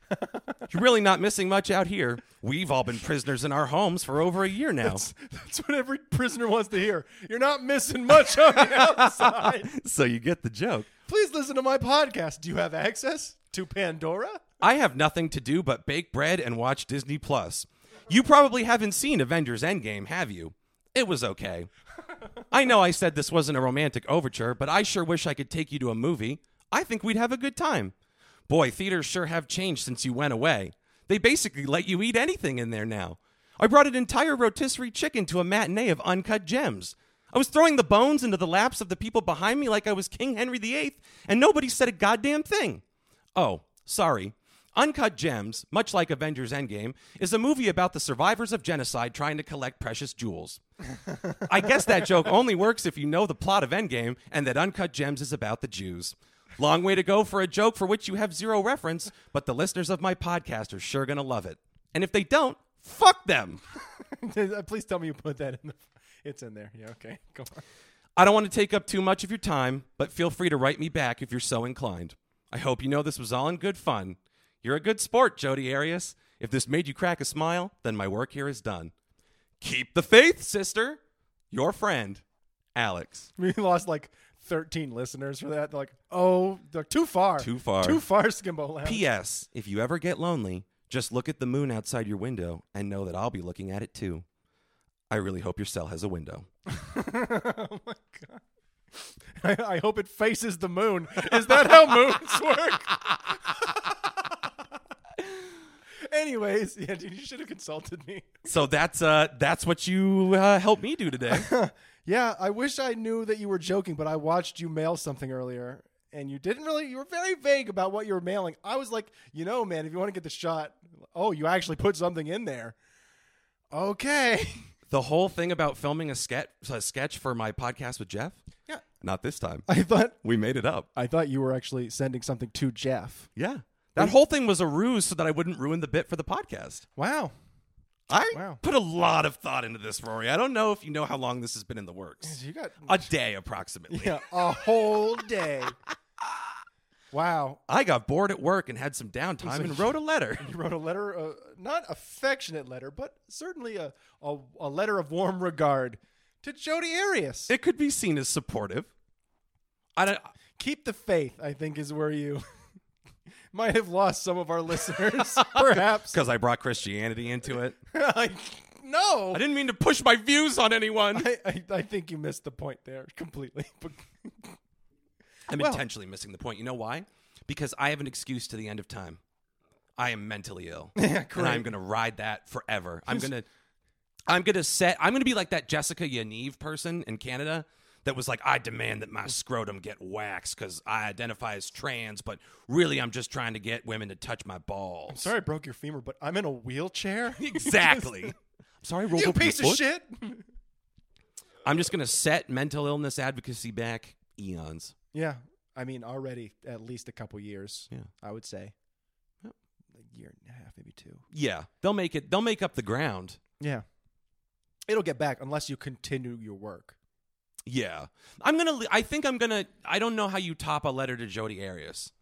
[SPEAKER 2] You're really not missing much out here. We've all been prisoners in our homes for over a year now.
[SPEAKER 1] That's what every prisoner wants to hear. You're not missing much on the outside.
[SPEAKER 2] so you get the joke.
[SPEAKER 1] Please listen to my podcast. Do you have access to Pandora?
[SPEAKER 2] I have nothing to do but bake bread and watch Disney Plus. You probably haven't seen Avengers Endgame, have you? It was okay. I know I said this wasn't a romantic overture, but I sure wish I could take you to a movie. I think we'd have a good time. Boy, theaters sure have changed since you went away. They basically let you eat anything in there now. I brought an entire rotisserie chicken to a matinee of Uncut Gems. I was throwing the bones into the laps of the people behind me like I was King Henry VIII, and nobody said a goddamn thing. Oh, sorry. Uncut Gems, much like Avengers Endgame, is a movie about the survivors of genocide trying to collect precious jewels. I guess that joke only works if you know the plot of Endgame and that Uncut Gems is about the Jews. Long way to go for a joke for which you have zero reference, but the listeners of my podcast are sure going to love it. And if they don't, fuck them.
[SPEAKER 1] Uh, Please tell me you put that in the. It's in there. Yeah. Okay. Go on.
[SPEAKER 2] I don't want to take up too much of your time, but feel free to write me back if you're so inclined. I hope you know this was all in good fun. You're a good sport, Jody Arias. If this made you crack a smile, then my work here is done. Keep the faith, sister. Your friend, Alex.
[SPEAKER 1] We lost like 13 listeners for that. They're like, oh, they're too far.
[SPEAKER 2] Too far.
[SPEAKER 1] Too far, Skimbo Lounge.
[SPEAKER 2] P.S. If you ever get lonely, just look at the moon outside your window and know that I'll be looking at it too. I really hope your cell has a window.
[SPEAKER 1] oh my god. I, I hope it faces the moon. Is that how moons work? Anyways, yeah, dude, you should have consulted me.
[SPEAKER 2] So that's uh, that's what you uh, helped me do today.
[SPEAKER 1] Yeah, I wish I knew that you were joking, but I watched you mail something earlier and you didn't really you were very vague about what you were mailing. I was like, you know, man, if you want to get the shot, oh, you actually put something in there. Okay.
[SPEAKER 2] the whole thing about filming a sketch a sketch for my podcast with Jeff?
[SPEAKER 1] Yeah.
[SPEAKER 2] Not this time.
[SPEAKER 1] I thought
[SPEAKER 2] We made it up.
[SPEAKER 1] I thought you were actually sending something to Jeff.
[SPEAKER 2] Yeah. That whole thing was a ruse so that I wouldn't ruin the bit for the podcast.
[SPEAKER 1] Wow.
[SPEAKER 2] I
[SPEAKER 1] Wow.
[SPEAKER 2] put a lot of thought into this, Rory. I don't know if you know how long this has been in the works.
[SPEAKER 1] You got
[SPEAKER 2] A day approximately.
[SPEAKER 1] Yeah, a whole day. wow.
[SPEAKER 2] I got bored at work and had some downtime and wrote a letter.
[SPEAKER 1] You wrote a letter, uh, not affectionate letter, but certainly a, a, a letter of warm regard to Jody Arias.
[SPEAKER 2] It could be seen as supportive. I don't
[SPEAKER 1] Keep the faith, I think, is where you might have lost some of our listeners, perhaps.
[SPEAKER 2] because I brought Christianity into it.
[SPEAKER 1] I-
[SPEAKER 2] I
[SPEAKER 1] no.
[SPEAKER 2] didn't mean to push my views on anyone.
[SPEAKER 1] I, I, I think you missed the point there completely. But
[SPEAKER 2] I'm
[SPEAKER 1] Well-
[SPEAKER 2] intentionally missing the point. You know why? Because I have an excuse to the end of time. I am mentally ill. And I'm going to ride that forever. I'm going to I'm going to set I'm going to be like that Jessica Yaniv person in Canada that was like I demand that my scrotum get waxed cuz I identify as trans, but really I'm just trying to get women to touch my balls.
[SPEAKER 1] Sorry I broke your femur, but I'm in a wheelchair.
[SPEAKER 2] Exactly. I'm sorry, rolled
[SPEAKER 1] you
[SPEAKER 2] over your
[SPEAKER 1] piece of
[SPEAKER 2] foot.
[SPEAKER 1] shit.
[SPEAKER 2] I'm just going to set mental illness advocacy back eons.
[SPEAKER 1] Yeah. I mean, already at least a couple years.
[SPEAKER 2] Yeah.
[SPEAKER 1] I would say. A year and a half, maybe two.
[SPEAKER 2] Yeah, they'll make it they'll make up the ground.
[SPEAKER 1] Yeah. It'll get back unless you continue your work.
[SPEAKER 2] Yeah. I'm going to I think I'm going to I don't know how you top a letter to Jody Arias.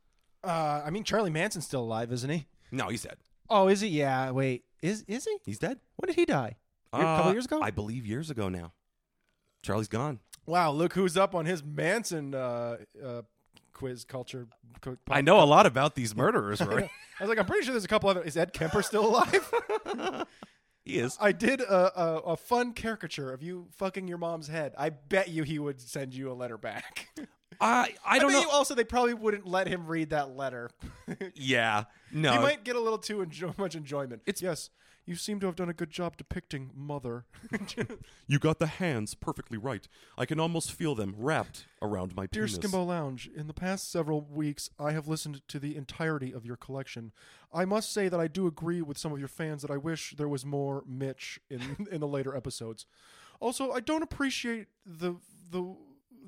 [SPEAKER 1] Uh, I mean, Charlie Manson's still alive, isn't he?
[SPEAKER 2] No, he's dead.
[SPEAKER 1] Oh, is he? Yeah. Wait, is is he?
[SPEAKER 2] He's dead.
[SPEAKER 1] When did he die? A couple
[SPEAKER 2] Uh,
[SPEAKER 1] years ago?
[SPEAKER 2] I believe years ago now. Charlie's gone.
[SPEAKER 1] Wow, look who's up on his Manson uh, uh, quiz culture. co- pop-
[SPEAKER 2] I know a lot about these murderers, Rory.
[SPEAKER 1] I was like, I'm pretty sure there's a couple other. Is Ed Kemper still alive?
[SPEAKER 2] he is.
[SPEAKER 1] I did a, a, a fun caricature of you fucking your mom's head. I bet you he would send you a letter back.
[SPEAKER 2] I I
[SPEAKER 1] I
[SPEAKER 2] don't
[SPEAKER 1] bet
[SPEAKER 2] know.
[SPEAKER 1] you also they probably wouldn't let him read that letter.
[SPEAKER 2] yeah. No.
[SPEAKER 1] he might get a little too enjo- much enjoyment.
[SPEAKER 2] It's-
[SPEAKER 1] yes. You seem to have done a good job depicting mother.
[SPEAKER 2] You got the hands perfectly right. I can almost feel them wrapped around my
[SPEAKER 1] Dear
[SPEAKER 2] penis.
[SPEAKER 1] Skimbo Lounge, in the past several weeks, I have listened to the entirety of your collection. I must say that I do agree with some of your fans that I wish there was more Mitch in in the later episodes. Also, I don't appreciate the the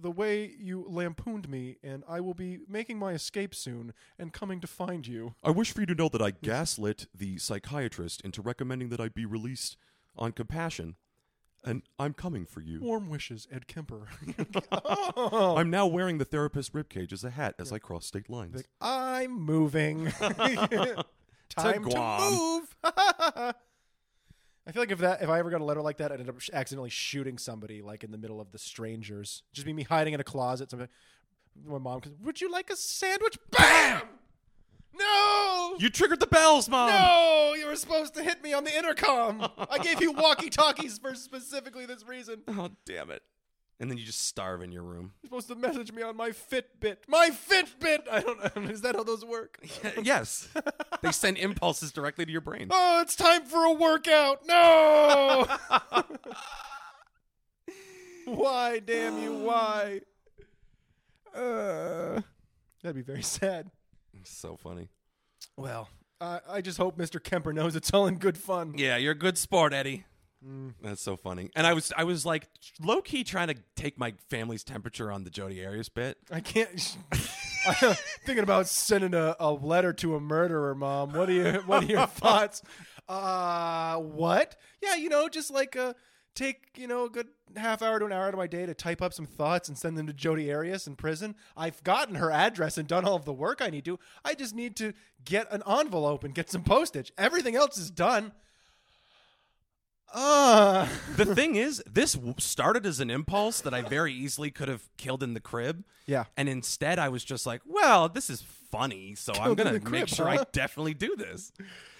[SPEAKER 1] the way you lampooned me, and I will be making my escape soon and coming to find you.
[SPEAKER 2] I wish for you to know that I gaslit the psychiatrist into recommending that I be released on compassion, and I'm coming for you.
[SPEAKER 1] Warm wishes, Ed Kemper.
[SPEAKER 2] I'm now wearing the therapist ribcage as a hat as I cross state lines.
[SPEAKER 1] I'm moving. Time to
[SPEAKER 2] Guam.
[SPEAKER 1] move. I feel like if that if I ever got a letter like that, I'd end up sh- accidentally shooting somebody like in the middle of the strangers. Just be me hiding in a closet. Something. My mom comes. Would you like a sandwich? Bam! No.
[SPEAKER 2] you triggered the bells, Mom!
[SPEAKER 1] no, you were supposed to hit me on the intercom. I gave you walkie-talkies for specifically this reason. You're
[SPEAKER 2] Oh, damn it. And then you just starve in your room.
[SPEAKER 1] supposed to message me on my Fitbit. My Fitbit. I don't know. Is that how those work?
[SPEAKER 2] yes. they send impulses directly to your brain.
[SPEAKER 1] Oh, it's time for a workout. No. why, damn you, why? Uh, that'd be very sad.
[SPEAKER 2] So funny.
[SPEAKER 1] Well, I I just hope Mr. Kemper knows it's all in good fun.
[SPEAKER 2] Yeah, you're a good sport, Eddie. That's so funny. And I was I was like low key trying to take my family's temperature on the Jody Arias bit.
[SPEAKER 1] I can't. I'm thinking about sending a, a letter to a murderer, Mom. What are you? What are your thoughts? Uh, what? Yeah, you know, just like uh, take you know a good half hour to an hour out of my day to type up some thoughts and send them to Jody Arias in prison. I've gotten her address and done all of the work I need to. I just need to get an envelope and get some postage. Everything else is done. Uh,
[SPEAKER 2] The thing is, this w- started as an impulse that I very easily could have killed in the crib.
[SPEAKER 1] Yeah.
[SPEAKER 2] And instead, I was just like, well, this is funny, so I'm
[SPEAKER 1] Killed in
[SPEAKER 2] gonna
[SPEAKER 1] the
[SPEAKER 2] make
[SPEAKER 1] crib,
[SPEAKER 2] sure I
[SPEAKER 1] huh?
[SPEAKER 2] definitely do this.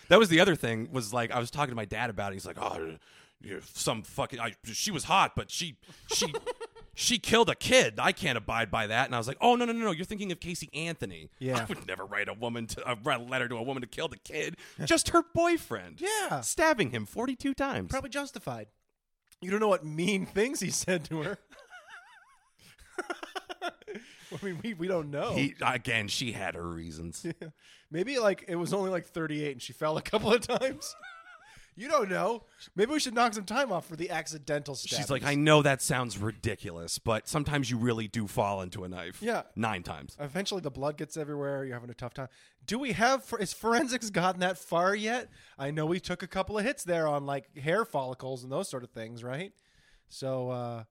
[SPEAKER 2] That was the other thing. Was like I was talking to my dad about. it. He's like, oh, you're some fucking. I, she was hot, but she she. She killed a kid. I can't abide by that. And I was like, "Oh no, no, no, no! You're thinking of Casey Anthony.
[SPEAKER 1] Yeah.
[SPEAKER 2] I would never write a woman to uh, write a letter to a woman to kill the kid. Just her boyfriend.
[SPEAKER 1] Yeah.
[SPEAKER 2] stabbing him 42 times.
[SPEAKER 1] probably justified. You don't know what mean things he said to her. I mean, we, we don't know.
[SPEAKER 2] He again, she had her reasons.
[SPEAKER 1] Maybe like it was only like 38 and she fell a couple of times. you don't know. Maybe we should knock some time off for the accidental stuff.
[SPEAKER 2] She's like, I know that sounds ridiculous, but sometimes you really do fall into a knife.
[SPEAKER 1] Yeah.
[SPEAKER 2] nine times.
[SPEAKER 1] Eventually, the blood gets everywhere. You're having a tough time. Do we have? Is forensics gotten that far yet? I know we took a couple of hits there on like hair follicles and those sort of things, right? So, uh,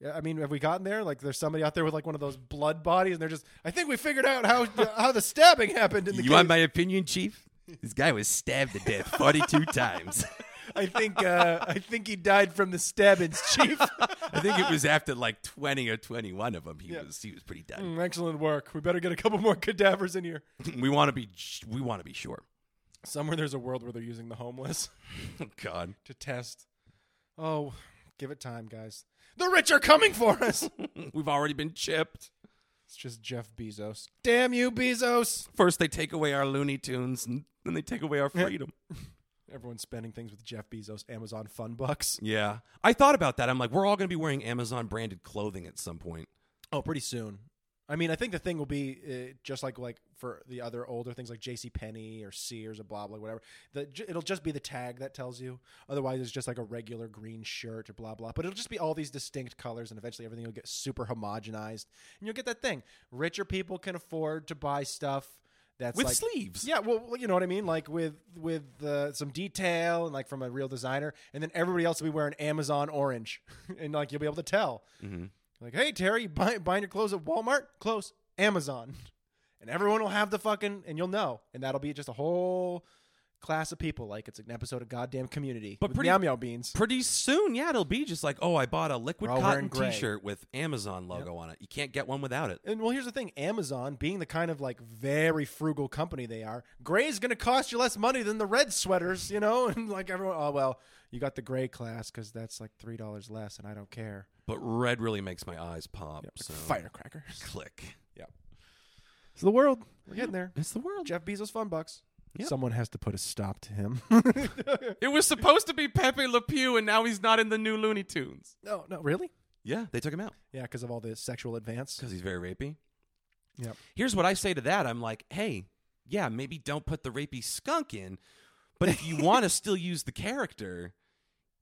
[SPEAKER 1] yeah, I mean, have we gotten there? Like, there's somebody out there with like one of those blood bodies, and they're just. I think we figured out how how the stabbing happened in the
[SPEAKER 2] you
[SPEAKER 1] case.
[SPEAKER 2] want my opinion, Chief? This guy was stabbed to death forty-two times.
[SPEAKER 1] I think uh, I think he died from the stabbings, Chief.
[SPEAKER 2] I think it was after like twenty or twenty-one of them. He was he was pretty done.
[SPEAKER 1] Mm, Excellent work. We better get a couple more cadavers in here.
[SPEAKER 2] We want to be we want to be sure.
[SPEAKER 1] Somewhere there's a world where they're using the homeless.
[SPEAKER 2] Oh God,
[SPEAKER 1] to test. Oh, give it time, guys. The rich are coming for us.
[SPEAKER 2] we've already been chipped.
[SPEAKER 1] it's just Jeff Bezos. Damn you, Bezos.
[SPEAKER 2] First they take away our Looney Tunes, and then they take away our freedom.
[SPEAKER 1] Everyone's spending things with Jeff Bezos Amazon fun bucks.
[SPEAKER 2] yeah, I thought about that. I'm like, we're all going to be wearing Amazon branded clothing at some point.
[SPEAKER 1] Oh, pretty soon. I mean, I think the thing will be uh, just like like for the other older things like J.C. Penney or Sears or blah blah whatever. The, j- it'll just be the tag that tells you. Otherwise, it's just like a regular green shirt or blah blah. But it'll just be all these distinct colors, and eventually everything will get super homogenized, and you'll get that thing. Richer people can afford to buy stuff that's
[SPEAKER 2] With
[SPEAKER 1] like,
[SPEAKER 2] sleeves.
[SPEAKER 1] Yeah, well, you know what I mean, like with with uh, some detail and like from a real designer, and then everybody else will be wearing Amazon orange, and like you'll be able to tell.
[SPEAKER 2] Mm-hmm.
[SPEAKER 1] Like, hey Terry, you buy, buying your clothes at Walmart? Close, Amazon, and everyone will have the fucking, and you'll know, and that'll be just a whole class of people like it's an episode of goddamn community.
[SPEAKER 2] But
[SPEAKER 1] But
[SPEAKER 2] pretty-
[SPEAKER 1] pretty meow meow beans.
[SPEAKER 2] Pretty soon, yeah, it'll be just like, oh, I bought a liquid
[SPEAKER 1] We're all
[SPEAKER 2] cotton
[SPEAKER 1] wearing gray.
[SPEAKER 2] T-shirt with Amazon logo on it. You can't get one without it.
[SPEAKER 1] and well, here's the thing: Amazon, being the kind of like very frugal company they are, gray's going to cost you less money than the red sweaters, you know. And like everyone, oh well, you got the gray class because that's like three dollars less, and I don't care.
[SPEAKER 2] But red really makes my eyes pop.
[SPEAKER 1] Like
[SPEAKER 2] so
[SPEAKER 1] Firecracker.
[SPEAKER 2] click.
[SPEAKER 1] It's the world. We're getting there.
[SPEAKER 2] It's the world.
[SPEAKER 1] Jeff Bezos fun bucks.
[SPEAKER 2] Yep.
[SPEAKER 1] Someone has to put a stop to him.
[SPEAKER 2] It was supposed to be Pepe Le Pew, and now he's not in the new Looney Tunes.
[SPEAKER 1] no, no, really?
[SPEAKER 2] Yeah, they took him out
[SPEAKER 1] Yeah, because of all the sexual advance.
[SPEAKER 2] because he's very rapey.
[SPEAKER 1] Yep.
[SPEAKER 2] Here's what I say to that: I'm like, hey, yeah, maybe don't put the rapey skunk in, but if you want to still use the character,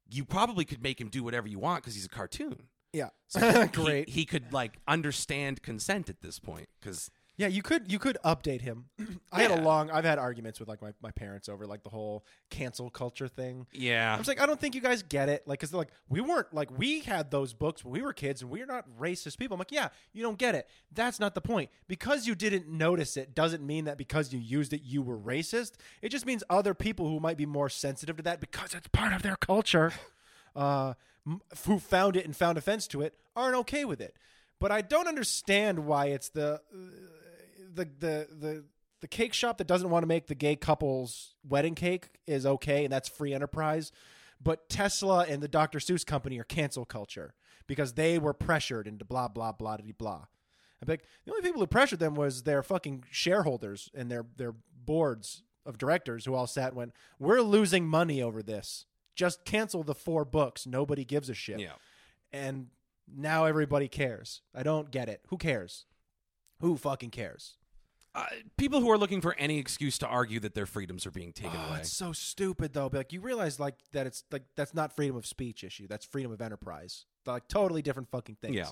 [SPEAKER 2] you probably could make him do whatever you want because he's a cartoon.
[SPEAKER 1] Yeah,
[SPEAKER 2] he-
[SPEAKER 1] great.
[SPEAKER 2] He, could like understand consent at this point because
[SPEAKER 1] yeah, you could you could update him. I had a
[SPEAKER 2] Yeah.
[SPEAKER 1] long. I've had arguments with like my, my parents over like the whole cancel culture thing. I
[SPEAKER 2] yeah,
[SPEAKER 1] was like, I don't think you guys get it. Like, cause they're like, we weren't like we had those books when we were kids, and we're not racist people. I'm like, yeah, you don't get it. That's not the point. Because you didn't notice it doesn't mean that because you used it, you were racist. It just means other people who might be more sensitive to that because it's part of their culture, uh, m- who found it and found offense to it, aren't okay with it. But I don't understand why it's the uh, the the the the cake shop that doesn't want to make the gay couple's wedding cake is okay and that's free enterprise but tesla and the dr seuss company are cancel culture because they were pressured into blah blah blah de blah i'm like the only people who pressured them was their fucking shareholders and their their boards of directors who all sat and went we're losing money over this just cancel the four books nobody gives a shit
[SPEAKER 2] yeah.
[SPEAKER 1] and now everybody cares i don't get it who cares who fucking cares
[SPEAKER 2] Uh, people who are looking for any excuse to argue that their freedoms are being taken
[SPEAKER 1] Oh,
[SPEAKER 2] away.
[SPEAKER 1] it's so stupid though. But like you realize like that it's like that's not freedom of speech issue. That's freedom of enterprise. They're, like totally different fucking things.
[SPEAKER 2] Yeah.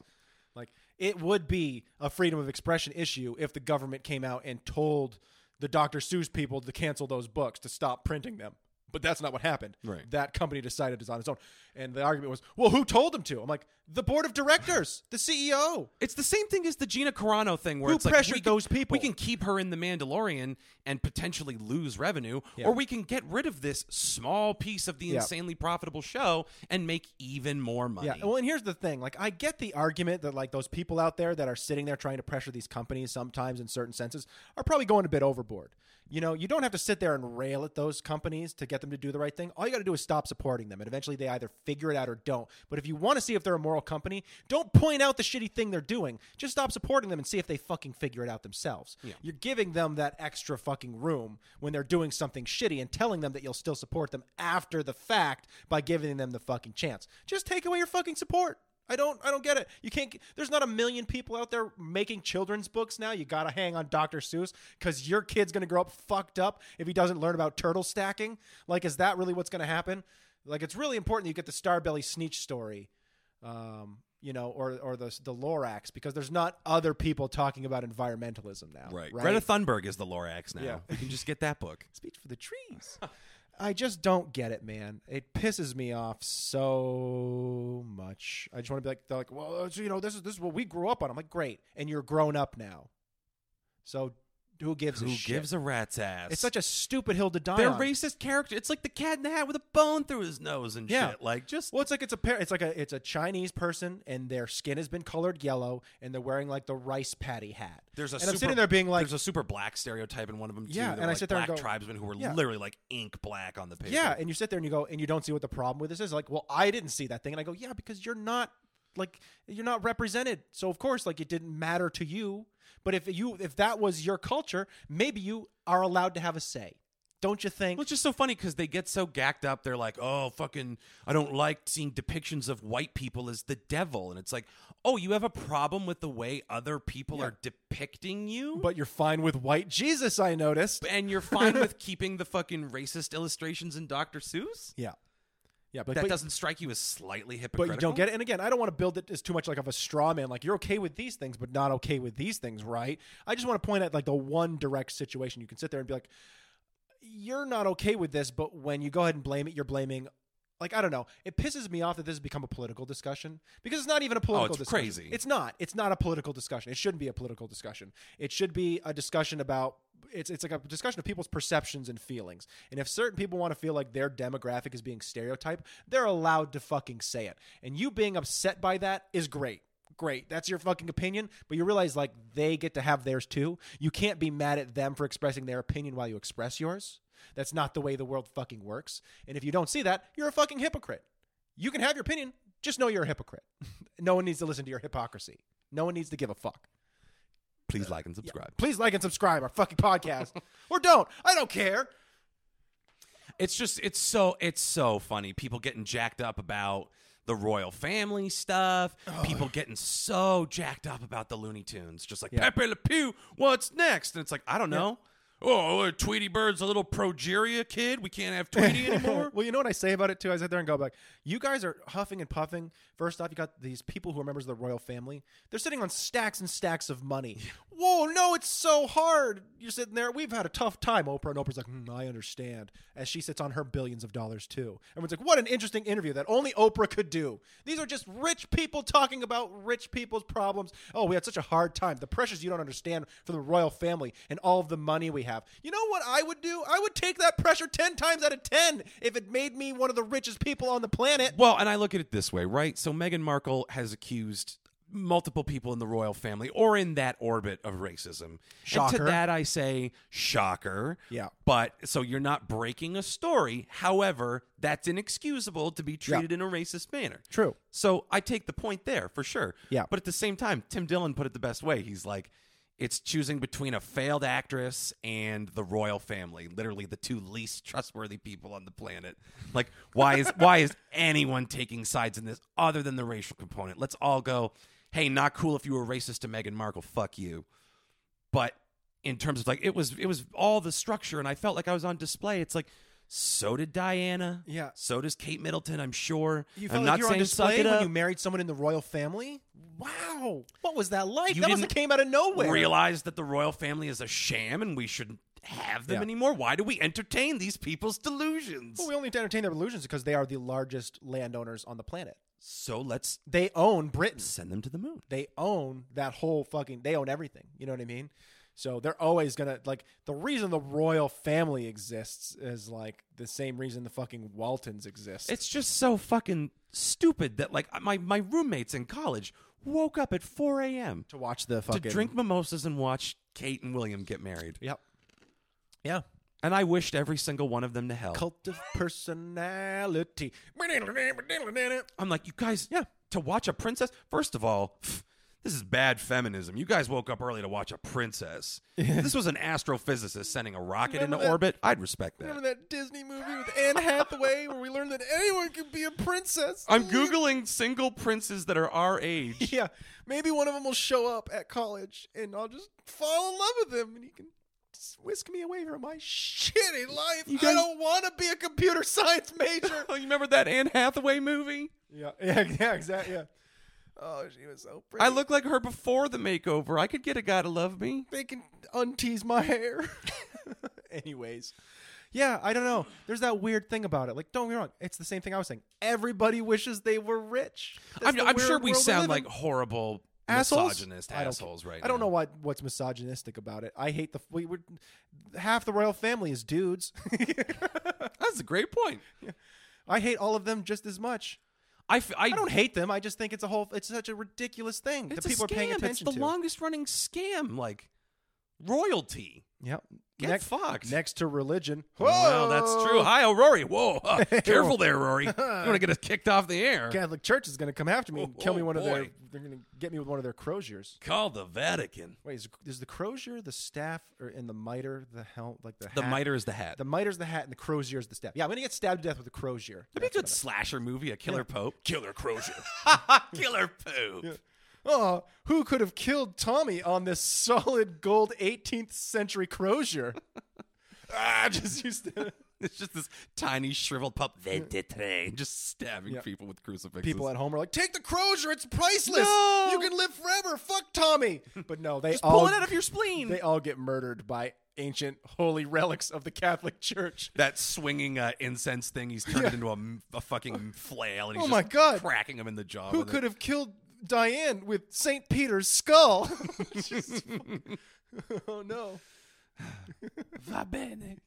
[SPEAKER 1] Like it would be a freedom of expression issue if the government came out and told the Dr. Seuss people to cancel those books to stop printing them. But that's not what happened.
[SPEAKER 2] Right.
[SPEAKER 1] That company decided it's on its own. And the argument was, well, who told them to? I'm like, the board of directors, the E CEO.
[SPEAKER 2] It's the same thing as the Gina Carano thing, where
[SPEAKER 1] Who
[SPEAKER 2] it's like
[SPEAKER 1] pressured
[SPEAKER 2] we can-
[SPEAKER 1] those people?
[SPEAKER 2] We can keep her in the Mandalorian and potentially lose revenue,
[SPEAKER 1] Yeah.
[SPEAKER 2] or we can get rid of this small piece of the
[SPEAKER 1] Yeah.
[SPEAKER 2] insanely profitable show and make even more money.
[SPEAKER 1] Yeah. Well, and here's the thing. Like, I get the argument that like those people out there that are sitting there trying to pressure these companies sometimes in certain senses are probably going a bit overboard. You know, you don't have to sit there and rail at those companies to get them to do the right thing. All you got to do is stop supporting them, and eventually they either figure it out or don't. But if you want to see if they're a moral company, don't point out the shitty thing they're doing. Just stop supporting them and see if they fucking figure it out themselves. You're giving them that extra fucking room when they're doing something shitty and telling them that you'll still support them after the fact by giving them the fucking chance. Just take away your fucking support. I don't I don't get it. You can't there's not a million people out there making children's books now. You got to hang on Dr. Seuss cuz your kid's going to grow up fucked up if he doesn't learn about turtle stacking. Like is that really what's going to happen? Like it's really important that you get the Starbelly Sneech story um, you know, or or the the Lorax because there's not other people talking about environmentalism now.
[SPEAKER 2] right. Greta Thunberg is the Lorax now.
[SPEAKER 1] Yeah.
[SPEAKER 2] We can just get that book.
[SPEAKER 1] Speech for the trees. I just don't get it, man. It pisses me off so much. I just want to be like, they're like, well, it's, you know, this is this is what we grew up on. I'm like, great, and you're grown up now, so who gives
[SPEAKER 2] Who
[SPEAKER 1] a shit?
[SPEAKER 2] gives a rat's ass?
[SPEAKER 1] it's such a stupid hill to die
[SPEAKER 2] they're
[SPEAKER 1] on.
[SPEAKER 2] racist character. It's like the cat in the hat with a bone through his nose and
[SPEAKER 1] Yeah.
[SPEAKER 2] shit. Like just
[SPEAKER 1] Well, it's like it's a pair. It's like a it's a Chinese person, and their skin has been colored yellow, and they're wearing like the rice patty hat.
[SPEAKER 2] There's a
[SPEAKER 1] and
[SPEAKER 2] super,
[SPEAKER 1] I'm sitting there being like,
[SPEAKER 2] there's a super black stereotype in one of them. Too.
[SPEAKER 1] Yeah,
[SPEAKER 2] They're
[SPEAKER 1] and I
[SPEAKER 2] like
[SPEAKER 1] sit there and
[SPEAKER 2] black
[SPEAKER 1] go,
[SPEAKER 2] tribesmen who were
[SPEAKER 1] yeah.
[SPEAKER 2] literally like ink black on the paper.
[SPEAKER 1] Yeah, and you sit there and you go, and you don't see what the problem with this is. Like, well, I didn't see that thing, and I go, yeah, because you're not like you're not represented. So of course, like it didn't matter to you. But if you if that was your culture, maybe you are allowed to have a say, don't you think?
[SPEAKER 2] Well, it's just so funny because they get so gacked up. They're like, "Oh, fucking, I don't like seeing depictions of white people as the devil." And it's like, "Oh, you have a problem with the way other people
[SPEAKER 1] Yeah.
[SPEAKER 2] are depicting you."
[SPEAKER 1] But you're fine with white Jesus, I noticed.
[SPEAKER 2] and you're fine with keeping the fucking racist illustrations in Dr. Seuss?
[SPEAKER 1] Yeah, yeah, but
[SPEAKER 2] That
[SPEAKER 1] but,
[SPEAKER 2] doesn't strike you as slightly hypocritical.
[SPEAKER 1] but you don't get it. And again, I don't want to build it as too much like of a straw man. Like you're okay with these things, but not okay with these things, right? I just want to point out like the one direct situation you can sit there and be like, you're not okay with this, but when you go ahead and blame it, you're blaming like I don't know. It pisses me off that this has become a political discussion because it's not even a political
[SPEAKER 2] Oh, it's
[SPEAKER 1] discussion.
[SPEAKER 2] crazy.
[SPEAKER 1] It's not. It's not a political discussion. It shouldn't be a political discussion. It should be a discussion about it's it's like a discussion of people's perceptions and feelings. And if certain people want to feel like their demographic is being stereotyped, they're allowed to fucking say it. And you being upset by that is great. Great. That's your fucking opinion, but you realize like they get to have theirs too. You can't be mad at them for expressing their opinion while you express yours. That's not the way the world fucking works. And if you don't see that, you're a fucking hypocrite. You can have your opinion, just know you're a hypocrite. no one needs to listen to your hypocrisy. No one needs to give a fuck.
[SPEAKER 2] Please
[SPEAKER 1] Uh,
[SPEAKER 2] like and subscribe.
[SPEAKER 1] Please like and subscribe our fucking podcast. or don't. I don't care.
[SPEAKER 2] It's just it's so it's so funny. People getting jacked up about the royal family stuff. People getting so jacked up about the Looney Tunes. Just like Pepe Le Pew. What's next? And it's like I don't know. Oh, uh, Tweety Bird's a little progeria kid. We can't have Tweety anymore.
[SPEAKER 1] well, you know what I say about it too? I sit there and go like, you guys are huffing and puffing. First off, you got these people who are members of the royal family. They're sitting on stacks and stacks of money. Whoa, no, it's so hard. You're sitting there. We've had a tough time, Oprah, and Oprah's like, "Hmm, I understand. As she sits on her billions of dollars too. Everyone's like, what an interesting interview that only Oprah could do. These are just rich people talking about rich people's problems. Oh, we had such a hard time. The pressures you don't understand for the royal family and all of the money we have. You know what I would do? I would take that pressure 10 times out of 10 if it made me one of the richest people on the planet.
[SPEAKER 2] Well, and I look at it this way, right? So Meghan Markle has accused multiple people in the royal family or in that orbit of racism. And
[SPEAKER 1] Shocker.
[SPEAKER 2] to that I say, shocker.
[SPEAKER 1] Yeah.
[SPEAKER 2] But so you're not breaking a story. However, that's inexcusable to be treated in a racist manner.
[SPEAKER 1] True.
[SPEAKER 2] So I take the point there for sure.
[SPEAKER 1] Yeah.
[SPEAKER 2] But at the same time, Tim Dillon put it the best way. He's like, it's choosing between a failed actress and the royal family, literally the two least trustworthy people on the planet. Like, why is why is anyone taking sides in this other than the racial component? Let's all go, hey, not cool if you were racist to Meghan Markle, fuck you. But in terms of like it was it was all the structure and I felt like I was on display. It's like so did Diana.
[SPEAKER 1] Yeah.
[SPEAKER 2] So does Kate Middleton, I'm sure.
[SPEAKER 1] You felt
[SPEAKER 2] I'm not
[SPEAKER 1] like you were on
[SPEAKER 2] saying suck
[SPEAKER 1] display
[SPEAKER 2] it
[SPEAKER 1] when
[SPEAKER 2] up.
[SPEAKER 1] you married someone in the royal family? Wow. What was that like?
[SPEAKER 2] You
[SPEAKER 1] that must have
[SPEAKER 2] didn't
[SPEAKER 1] came out of nowhere.
[SPEAKER 2] realize that the royal family is a sham and we shouldn't have them
[SPEAKER 1] Yeah.
[SPEAKER 2] anymore. Why do we entertain these people's delusions?
[SPEAKER 1] Well, we only entertain their illusions because they are the largest landowners on the planet.
[SPEAKER 2] so let's
[SPEAKER 1] They own Britain.
[SPEAKER 2] send them to the moon.
[SPEAKER 1] They own that whole fucking. They own everything. You know what I mean? So they're always gonna like the reason the royal family exists is like the same reason the fucking Waltons exist.
[SPEAKER 2] It's just so fucking stupid that like my my roommates in college woke up at 4 a.m.
[SPEAKER 1] to watch the
[SPEAKER 2] to
[SPEAKER 1] fucking
[SPEAKER 2] drink mimosas and watch Kate and William get married.
[SPEAKER 1] Yep. Yeah.
[SPEAKER 2] And I wished every single one of them to hell.
[SPEAKER 1] Cult of personality.
[SPEAKER 2] I'm like, you guys, yeah, to watch a princess. First of all, pff, this is bad feminism. You guys woke up early to watch a princess. If this was an astrophysicist sending a rocket
[SPEAKER 1] Remember
[SPEAKER 2] into
[SPEAKER 1] that-
[SPEAKER 2] orbit. I'd respect that.
[SPEAKER 1] Remember that Disney movie with Anne Hathaway where we learned that anyone can be a princess?
[SPEAKER 2] I'm googling single princes that are our age.
[SPEAKER 1] Yeah, maybe one of them will show up at college, and I'll just fall in love with him, and he can just whisk me away from my shitty life. I
[SPEAKER 2] guys-
[SPEAKER 1] don't want to be a computer science major.
[SPEAKER 2] Oh, you remember that Anne Hathaway movie?
[SPEAKER 1] yeah, yeah, yeah, exactly. Yeah. Oh, she was so pretty.
[SPEAKER 2] I look like her before the makeover. I could get a guy to love me.
[SPEAKER 1] They can untease my hair. Anyways. Yeah, I don't know. There's that weird thing about it. Like, don't get me wrong. It's the same thing I was saying. Everybody wishes they were rich. That's
[SPEAKER 2] I'm,
[SPEAKER 1] the
[SPEAKER 2] I'm sure
[SPEAKER 1] weird
[SPEAKER 2] we
[SPEAKER 1] world we
[SPEAKER 2] sound
[SPEAKER 1] live in.
[SPEAKER 2] like horrible
[SPEAKER 1] assholes?
[SPEAKER 2] misogynist
[SPEAKER 1] I don't-
[SPEAKER 2] assholes right
[SPEAKER 1] I don't
[SPEAKER 2] now.
[SPEAKER 1] know what what's misogynistic about it. I hate the we would half the royal family is dudes.
[SPEAKER 2] That's a great point.
[SPEAKER 1] I hate all of them just as much.
[SPEAKER 2] I, f- I,
[SPEAKER 1] I don't hate them. I just think it's a whole it's such a ridiculous thing
[SPEAKER 2] it's
[SPEAKER 1] that people
[SPEAKER 2] a scam.
[SPEAKER 1] are paying attention
[SPEAKER 2] it's
[SPEAKER 1] to.
[SPEAKER 2] the longest running scam, like royalty.
[SPEAKER 1] yep.
[SPEAKER 2] Get
[SPEAKER 1] Next,
[SPEAKER 2] fucked.
[SPEAKER 1] next to religion.
[SPEAKER 2] Well, that's true. Hi, oh, Rory. Whoa. huh. careful there, Rory. You're going to get us kicked off the air.
[SPEAKER 1] Catholic Church is going to come after me and
[SPEAKER 2] Oh,
[SPEAKER 1] kill me
[SPEAKER 2] oh,
[SPEAKER 1] one of their
[SPEAKER 2] boy.
[SPEAKER 1] they're going to get me with one of their croziers.
[SPEAKER 2] Call the Vatican.
[SPEAKER 1] Wait, is, is the crozier the staff or in the mitre the helm like the
[SPEAKER 2] The
[SPEAKER 1] hat?
[SPEAKER 2] miter is the hat.
[SPEAKER 1] The mitre's the hat and the crozier is the staff. Yeah, I'm going to get stabbed to death with a crozier.
[SPEAKER 2] That'd be a
[SPEAKER 1] That's what
[SPEAKER 2] good slasher movie, a killer pope.
[SPEAKER 3] Killer Crozier.
[SPEAKER 2] killer pope.
[SPEAKER 1] Oh, who could have killed Tommy on this solid gold 18th century crozier?
[SPEAKER 2] Ah,
[SPEAKER 1] I just used to.
[SPEAKER 2] It's just this tiny shriveled pup, Venditre, just stabbing
[SPEAKER 1] Yeah.
[SPEAKER 2] people with crucifixes.
[SPEAKER 1] People at home are like, "Take the crozier; it's priceless.
[SPEAKER 2] No!
[SPEAKER 1] You can live forever. Fuck Tommy." But no, they
[SPEAKER 2] just
[SPEAKER 1] all
[SPEAKER 2] pull it out of your spleen.
[SPEAKER 1] they all get murdered by ancient holy relics of the Catholic Church.
[SPEAKER 2] That swinging uh, incense thing, he's turned it into a, m- a fucking flail, and he's
[SPEAKER 1] Oh
[SPEAKER 2] just
[SPEAKER 1] my God.
[SPEAKER 2] cracking him in Oh, the jaw.
[SPEAKER 1] Who
[SPEAKER 2] with it.
[SPEAKER 1] could have killed Diane with St. Peter's skull? Just- oh no.
[SPEAKER 2] Va bene.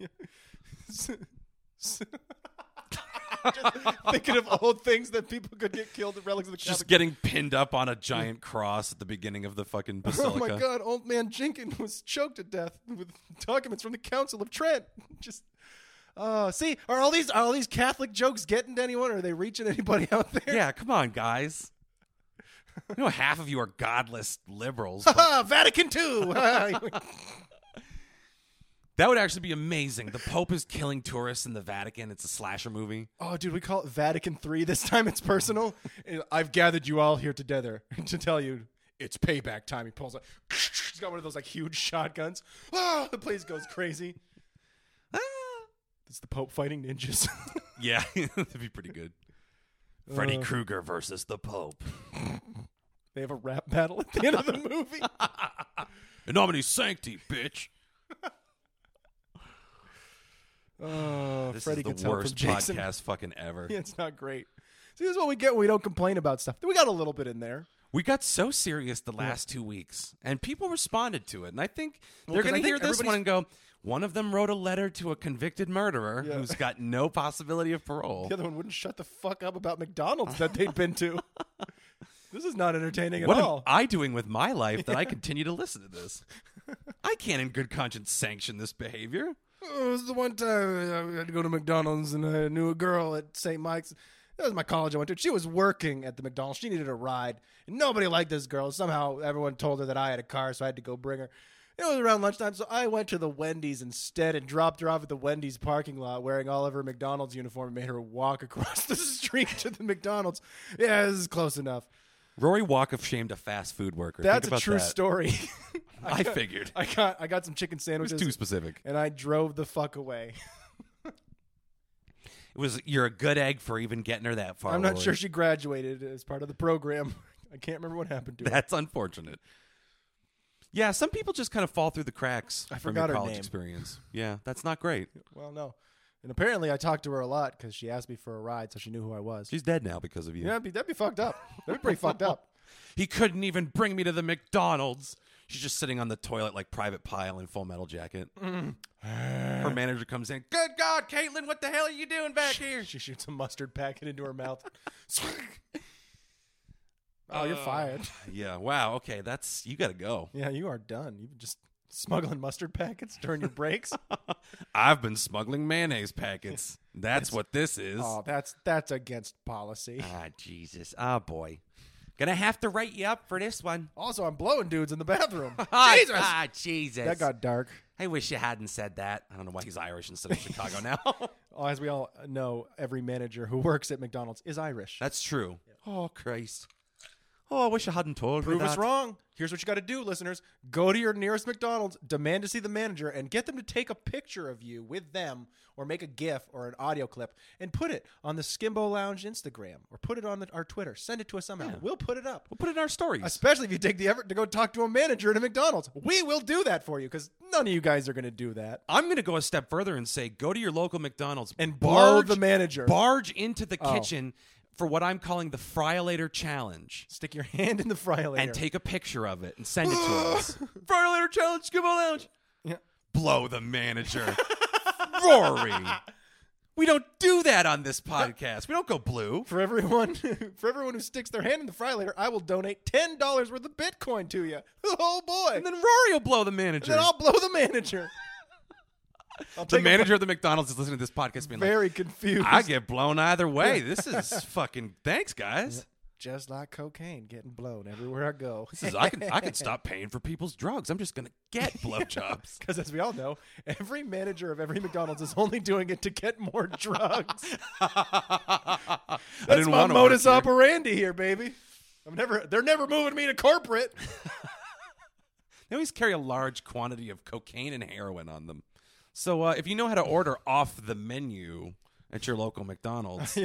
[SPEAKER 1] Thinking of old things that people could get killed at relics of the
[SPEAKER 2] Just
[SPEAKER 1] Catholic
[SPEAKER 2] getting pinned up on a giant cross at the beginning of the fucking
[SPEAKER 1] Oh
[SPEAKER 2] basilica.
[SPEAKER 1] my god, old man Jenkins was choked to death with documents from the Council of Trent. Just uh see, are all these are all these Catholic jokes getting to anyone? Or are they reaching anybody out there?
[SPEAKER 2] Yeah, come on, guys. I know half of you are godless liberals. but
[SPEAKER 1] Ah, Vatican II.
[SPEAKER 2] that would actually be amazing. The Pope is killing tourists in the Vatican. It's a slasher movie.
[SPEAKER 1] oh, dude, we call it Vatican III this time. It's personal. I've gathered you all here together to tell you it's payback time. He pulls out. He's got one of those like huge shotguns. Ah, the place goes crazy.
[SPEAKER 2] Ah.
[SPEAKER 1] It's the Pope fighting ninjas.
[SPEAKER 2] Yeah, that'd be pretty good.
[SPEAKER 1] Uh.
[SPEAKER 3] Freddy Krueger versus the Pope.
[SPEAKER 1] they have a rap battle at the end of the movie.
[SPEAKER 3] In nomine sancti, bitch.
[SPEAKER 1] Oh,
[SPEAKER 2] This
[SPEAKER 1] Freddy
[SPEAKER 2] is the
[SPEAKER 1] gets help
[SPEAKER 2] worst
[SPEAKER 1] from Jason.
[SPEAKER 2] podcast fucking ever.
[SPEAKER 1] Yeah, it's not great. See, this is what we get when we don't complain about stuff. We got a little bit in there.
[SPEAKER 2] We got so serious the last two weeks, and people responded to it. And I think they're
[SPEAKER 1] 'cause I
[SPEAKER 2] going to
[SPEAKER 1] think
[SPEAKER 2] hear this one
[SPEAKER 1] everybody's-
[SPEAKER 2] and go, one of them wrote a letter to a convicted murderer
[SPEAKER 1] Yeah.
[SPEAKER 2] who's got no possibility of parole.
[SPEAKER 1] The other one wouldn't shut the fuck up about McDonald's that they'd been to. this is not entertaining at
[SPEAKER 2] What am
[SPEAKER 1] all.
[SPEAKER 2] I doing with my life that I continue to listen to this? I can't, in good conscience, sanction this behavior.
[SPEAKER 1] Oh, it was the one time I had to go to McDonald's and I knew a girl at St. Mike's. That was my college I went to. She was working at the McDonald's. She needed a ride. And nobody liked this girl. Somehow everyone told her that I had a car, so I had to go bring her. It was around lunchtime, so I went to the Wendy's instead and dropped her off at the Wendy's parking lot wearing all of her McDonald's uniform and made her walk across the street to the McDonald's. Yeah, this is close enough.
[SPEAKER 2] Rory Walk of shamed a fast food worker. Think
[SPEAKER 1] That's a
[SPEAKER 2] about
[SPEAKER 1] true
[SPEAKER 2] that.
[SPEAKER 1] story.
[SPEAKER 2] I figured.
[SPEAKER 1] I got I got some chicken
[SPEAKER 2] It was
[SPEAKER 1] sandwiches
[SPEAKER 2] too specific.
[SPEAKER 1] and I drove the fuck away.
[SPEAKER 2] It was you're a good egg for even getting her that far.
[SPEAKER 1] I'm not
[SPEAKER 2] Rory.
[SPEAKER 1] sure she graduated as part of the program. I can't remember what happened to her.
[SPEAKER 2] That's unfortunate. Yeah, some people just kind of fall through the cracks
[SPEAKER 1] I
[SPEAKER 2] from
[SPEAKER 1] forgot
[SPEAKER 2] your
[SPEAKER 1] her
[SPEAKER 2] college
[SPEAKER 1] name.
[SPEAKER 2] experience. Yeah, that's not great.
[SPEAKER 1] Well, no. And apparently, I talked to her a lot because she asked me for a ride, so she knew who I was.
[SPEAKER 2] She's dead now because of you.
[SPEAKER 1] yeah, that'd be, that'd be fucked up. That'd be pretty fucked up.
[SPEAKER 2] He couldn't even bring me to the McDonald's. She's just sitting on the toilet like Private Pile in Full Metal Jacket.
[SPEAKER 1] Mm.
[SPEAKER 2] Her manager comes in. Good God, Caitlin, what the hell are you doing back here?
[SPEAKER 1] She shoots a mustard packet into her mouth. oh, you're fired.
[SPEAKER 2] Yeah. Wow. Okay. That's you got to go.
[SPEAKER 1] Yeah, you are done. You've been just smuggling mustard packets during your breaks.
[SPEAKER 2] I've been smuggling mayonnaise packets. That's what this is.
[SPEAKER 1] oh, that's that's against policy.
[SPEAKER 2] Ah, Jesus. Ah, boy. Gonna have to write you up for this one.
[SPEAKER 1] Also, I'm blowing dudes in the bathroom.
[SPEAKER 2] Ah,
[SPEAKER 1] Jesus,
[SPEAKER 2] Ah, Jesus.
[SPEAKER 1] that got dark.
[SPEAKER 2] I wish you hadn't said that. I don't know why he's Irish instead of Chicago now.
[SPEAKER 1] Oh, as we all know, every manager who works at McDonald's is Irish.
[SPEAKER 2] That's true. Oh, Christ. Oh, I wish I hadn't told
[SPEAKER 1] Prove
[SPEAKER 2] me that.
[SPEAKER 1] us wrong. Here's what you got to do, listeners. Go to your nearest McDonald's, demand to see the manager, and get them to take a picture of you with them or make a GIF or an audio clip and put it on the Skimbo Lounge Instagram or put it on the, our Twitter. Send it to us somehow. We'll put it up.
[SPEAKER 2] We'll put it in our stories.
[SPEAKER 1] Especially if you take the effort to go talk to a manager at a McDonald's. We will do that for you because none of you guys are going to do that.
[SPEAKER 2] I'm going to go a step further and say go to your local McDonald's
[SPEAKER 1] And blow the manager. Oh.
[SPEAKER 2] Barge into the kitchen for what I'm calling the Friolator Challenge
[SPEAKER 1] Stick your hand in the fryer later.
[SPEAKER 2] and take a picture of it and send it to us. Friolator Challenge, come on out.
[SPEAKER 1] Yeah.
[SPEAKER 2] Blow the manager. Rory. We don't do that on this podcast. We don't go blue.
[SPEAKER 1] for everyone for everyone who sticks their hand in the fryer later, I will donate ten dollars worth of Bitcoin to you. Oh boy.
[SPEAKER 2] And then Rory will blow the manager.
[SPEAKER 1] Then I'll blow the manager. I'll
[SPEAKER 2] the
[SPEAKER 1] take a-
[SPEAKER 2] manager of the McDonald's is listening to this podcast being like,
[SPEAKER 1] very confused.
[SPEAKER 2] I get blown either way. This is fucking thanks, guys.
[SPEAKER 1] just like cocaine, getting blown everywhere I go.
[SPEAKER 2] This is I can I can stop paying for people's drugs. I'm just gonna get blowjobs.
[SPEAKER 1] Because as we all know, every manager of every McDonald's is only doing it to get more drugs.
[SPEAKER 2] I
[SPEAKER 1] That's
[SPEAKER 2] didn't
[SPEAKER 1] my
[SPEAKER 2] want to
[SPEAKER 1] modus
[SPEAKER 2] work here.
[SPEAKER 1] operandi here, baby. I'm never. They're never moving me to corporate.
[SPEAKER 2] They always carry a large quantity of cocaine and heroin on them. So uh, if you know how to order off the menu at your local McDonald's,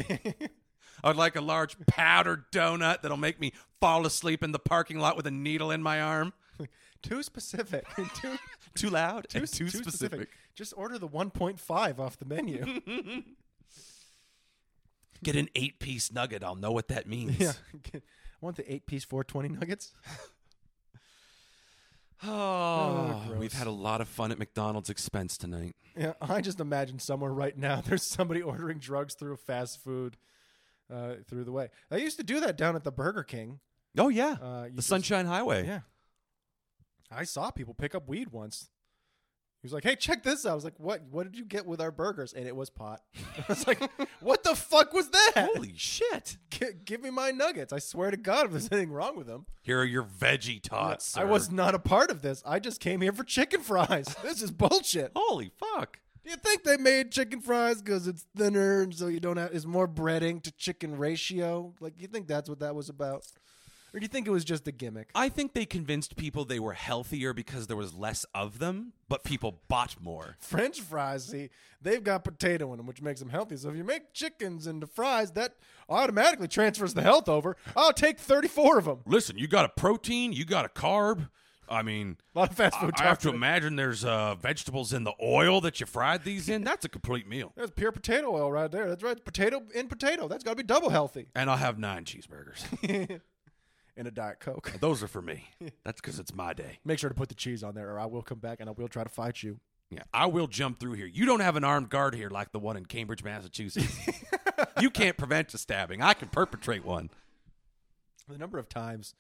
[SPEAKER 2] I'd like a large powdered donut that'll make me fall asleep in the parking lot with a needle in my arm.
[SPEAKER 1] too specific. too,
[SPEAKER 2] Too loud
[SPEAKER 1] too,
[SPEAKER 2] and too,
[SPEAKER 1] too
[SPEAKER 2] specific.
[SPEAKER 1] Just order the 1.5 off the menu.
[SPEAKER 2] Get an eight piece nugget. I'll know what that means.
[SPEAKER 1] yeah. Want the eight piece 420 nuggets?
[SPEAKER 2] Oh,
[SPEAKER 1] gross.
[SPEAKER 2] we've had a lot of fun at McDonald's expense tonight.
[SPEAKER 1] Yeah, I just imagine somewhere right now there's somebody ordering drugs through fast food uh, through the way. I used to do that down at the Burger King.
[SPEAKER 2] Oh yeah,
[SPEAKER 1] Uh, you
[SPEAKER 2] the
[SPEAKER 1] just-
[SPEAKER 2] Sunshine Highway.
[SPEAKER 1] Yeah. I saw people pick up weed once. He was like, "Hey, check this out." I was like, "What? What did you get with our burgers?" And it was pot. I was like, "What the fuck was that?
[SPEAKER 2] Holy shit!
[SPEAKER 1] G- give me my nuggets! I swear to God, if there's anything wrong with them,
[SPEAKER 2] Here are your veggie tots.
[SPEAKER 1] I
[SPEAKER 2] sir.
[SPEAKER 1] was not a part of this. I just came here for chicken fries. this is bullshit.
[SPEAKER 2] Holy fuck!
[SPEAKER 1] Do you think they made chicken fries because it's thinner and so you don't have is more breading to chicken ratio? Like, you think that's what that was about, or do you think it was just a gimmick?
[SPEAKER 2] I think they convinced people they were healthier because there was less of them, but people bought more.
[SPEAKER 1] French fries, see, they've got potato in them, which makes them healthy. So if you make chickens into fries, that automatically transfers the health over. I'll take 34 of them.
[SPEAKER 3] Listen, you got a protein, you got a carb. I mean,
[SPEAKER 1] A lot of fast
[SPEAKER 3] I,
[SPEAKER 1] food.
[SPEAKER 3] I have to
[SPEAKER 1] toxins.
[SPEAKER 3] imagine there's uh, vegetables in the oil that you fried these in. That's a complete meal.
[SPEAKER 1] That's pure potato oil right there. That's right. Potato in potato. That's got to be double healthy.
[SPEAKER 3] And I'll have nine cheeseburgers.
[SPEAKER 1] And a Diet Coke.
[SPEAKER 3] Those are for me. That's because it's my day.
[SPEAKER 1] Make sure to put the cheese on there, or I will come back and I will try to fight you.
[SPEAKER 3] Yeah, I will jump through here. You don't have an armed guard here like the one in Cambridge, Massachusetts. you can't prevent a stabbing. I can perpetrate one.
[SPEAKER 1] the number of times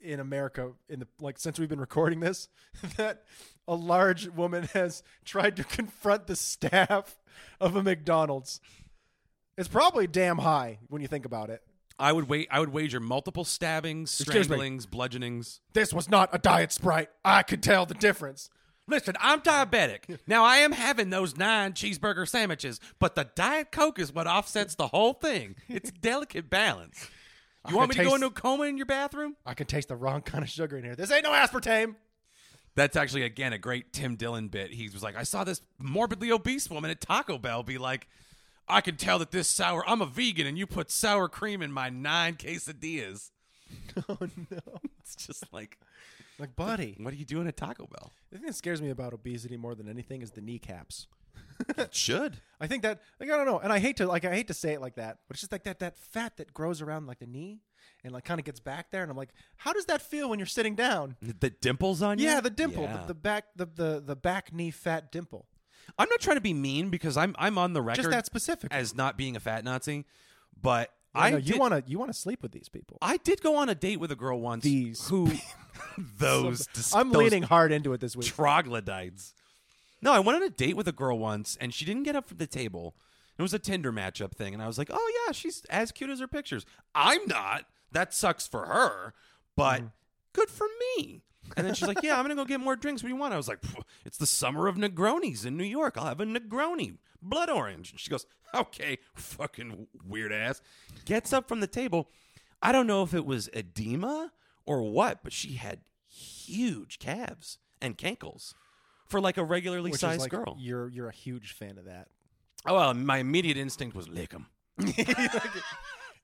[SPEAKER 1] in America in the like since we've been recording this that a large woman has tried to confront the staff of a McDonald's. It's probably damn high when you think about it.
[SPEAKER 2] I would wait. I would wager multiple stabbings,
[SPEAKER 1] me.
[SPEAKER 2] stranglings, bludgeonings.
[SPEAKER 1] This was not a diet sprite. I could tell the difference.
[SPEAKER 2] Listen, I'm diabetic. Now I am having those nine cheeseburger sandwiches, but the Diet Coke is what offsets the whole thing. It's a delicate balance. You want me
[SPEAKER 1] can
[SPEAKER 2] to go
[SPEAKER 1] taste-
[SPEAKER 2] into a coma in your bathroom?
[SPEAKER 1] I can taste the wrong kind of sugar in here. This ain't no aspartame.
[SPEAKER 2] That's actually again a great Tim Dillon bit. He was like, I saw this morbidly obese woman at Taco Bell be like, I can tell that this sour I'm a vegan and you put sour cream in my nine quesadillas.
[SPEAKER 1] Oh no.
[SPEAKER 2] It's just like
[SPEAKER 1] Like buddy.
[SPEAKER 2] what are you doing at Taco Bell?
[SPEAKER 1] The thing that scares me about obesity more than anything is the kneecaps.
[SPEAKER 2] It should.
[SPEAKER 1] I think that like I don't know, and I hate to like I hate to say it like that, but it's just like that that fat that grows around like the knee and like kind of gets back there, and I'm like, how does that feel when you're sitting down?
[SPEAKER 2] The dimples on you?
[SPEAKER 1] Yeah, the dimple,
[SPEAKER 2] Mm-hmm. Yeah.
[SPEAKER 1] The, the back, the, the the back knee fat dimple,
[SPEAKER 2] I'm not trying to be mean because I'm I'm on the record
[SPEAKER 1] just that specific.
[SPEAKER 2] as not being a fat Nazi, but
[SPEAKER 1] I
[SPEAKER 2] I
[SPEAKER 1] know,
[SPEAKER 2] did,
[SPEAKER 1] you want to you want to sleep with these people.
[SPEAKER 2] I did go on a date with a girl once
[SPEAKER 1] These
[SPEAKER 2] who those dis-
[SPEAKER 1] I'm
[SPEAKER 2] those
[SPEAKER 1] leaning hard into it this week.
[SPEAKER 2] troglodytes. No, I went on a date with a girl once, and she didn't get up from the table. It was a Tinder matchup thing, and I was like, "Oh yeah, she's as cute as her pictures." I'm not. That sucks for her, but good for me. And then she's like, "Yeah, I'm gonna go get more drinks. What do you want?" I was like, "Pff, "It's the summer of Negronis in New York. I'll have a Negroni, blood orange." And she goes, "Okay, fucking weird ass." Gets up from the table. I don't know if it was edema or what, but she had huge calves and cankles for like a regularly
[SPEAKER 1] which is
[SPEAKER 2] sized
[SPEAKER 1] like,
[SPEAKER 2] girl.
[SPEAKER 1] You're you're a huge fan of that.
[SPEAKER 2] Oh, well, my immediate instinct was lick 'em.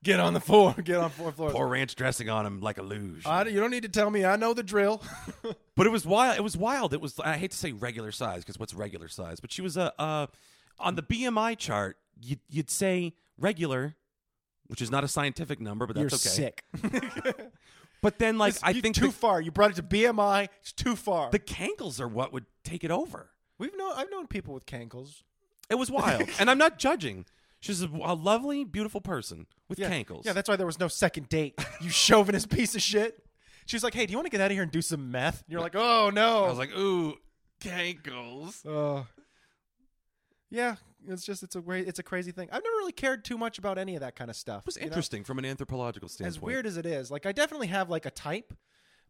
[SPEAKER 1] Get on the floor. Get on four floors.
[SPEAKER 2] Pour ranch dressing on him like a luge.
[SPEAKER 1] I, you don't need to tell me. I know the drill.
[SPEAKER 2] but it was wild. It was wild. It was. I hate to say regular size because what's regular size? But she was a uh, on the BMI chart. You'd, you'd say regular, which is not a scientific number, but that's
[SPEAKER 1] you're
[SPEAKER 2] okay.
[SPEAKER 1] sick.
[SPEAKER 2] But then, like, I
[SPEAKER 1] You-
[SPEAKER 2] think
[SPEAKER 1] too
[SPEAKER 2] the,
[SPEAKER 1] far. You brought it to BMI. It's too far.
[SPEAKER 2] the cankles are what would take it over.
[SPEAKER 1] We've known I've known people with cankles.
[SPEAKER 2] It was wild, and I'm not judging. She's a, a lovely, beautiful person with
[SPEAKER 1] Yeah.
[SPEAKER 2] cankles.
[SPEAKER 1] Yeah, that's why there was no second date. You chauvinist piece of shit. She was like, "Hey, do you want to get out of here and do some meth?" And you're like, "Oh no." Uh,
[SPEAKER 2] I was like, ooh, cankles.
[SPEAKER 1] yeah, it's just it's a way it's a crazy thing. I've never really cared too much about any of that kind of stuff.
[SPEAKER 2] It was
[SPEAKER 1] you know?
[SPEAKER 2] interesting from an anthropological standpoint.
[SPEAKER 1] As weird as it is, like I definitely have like a type,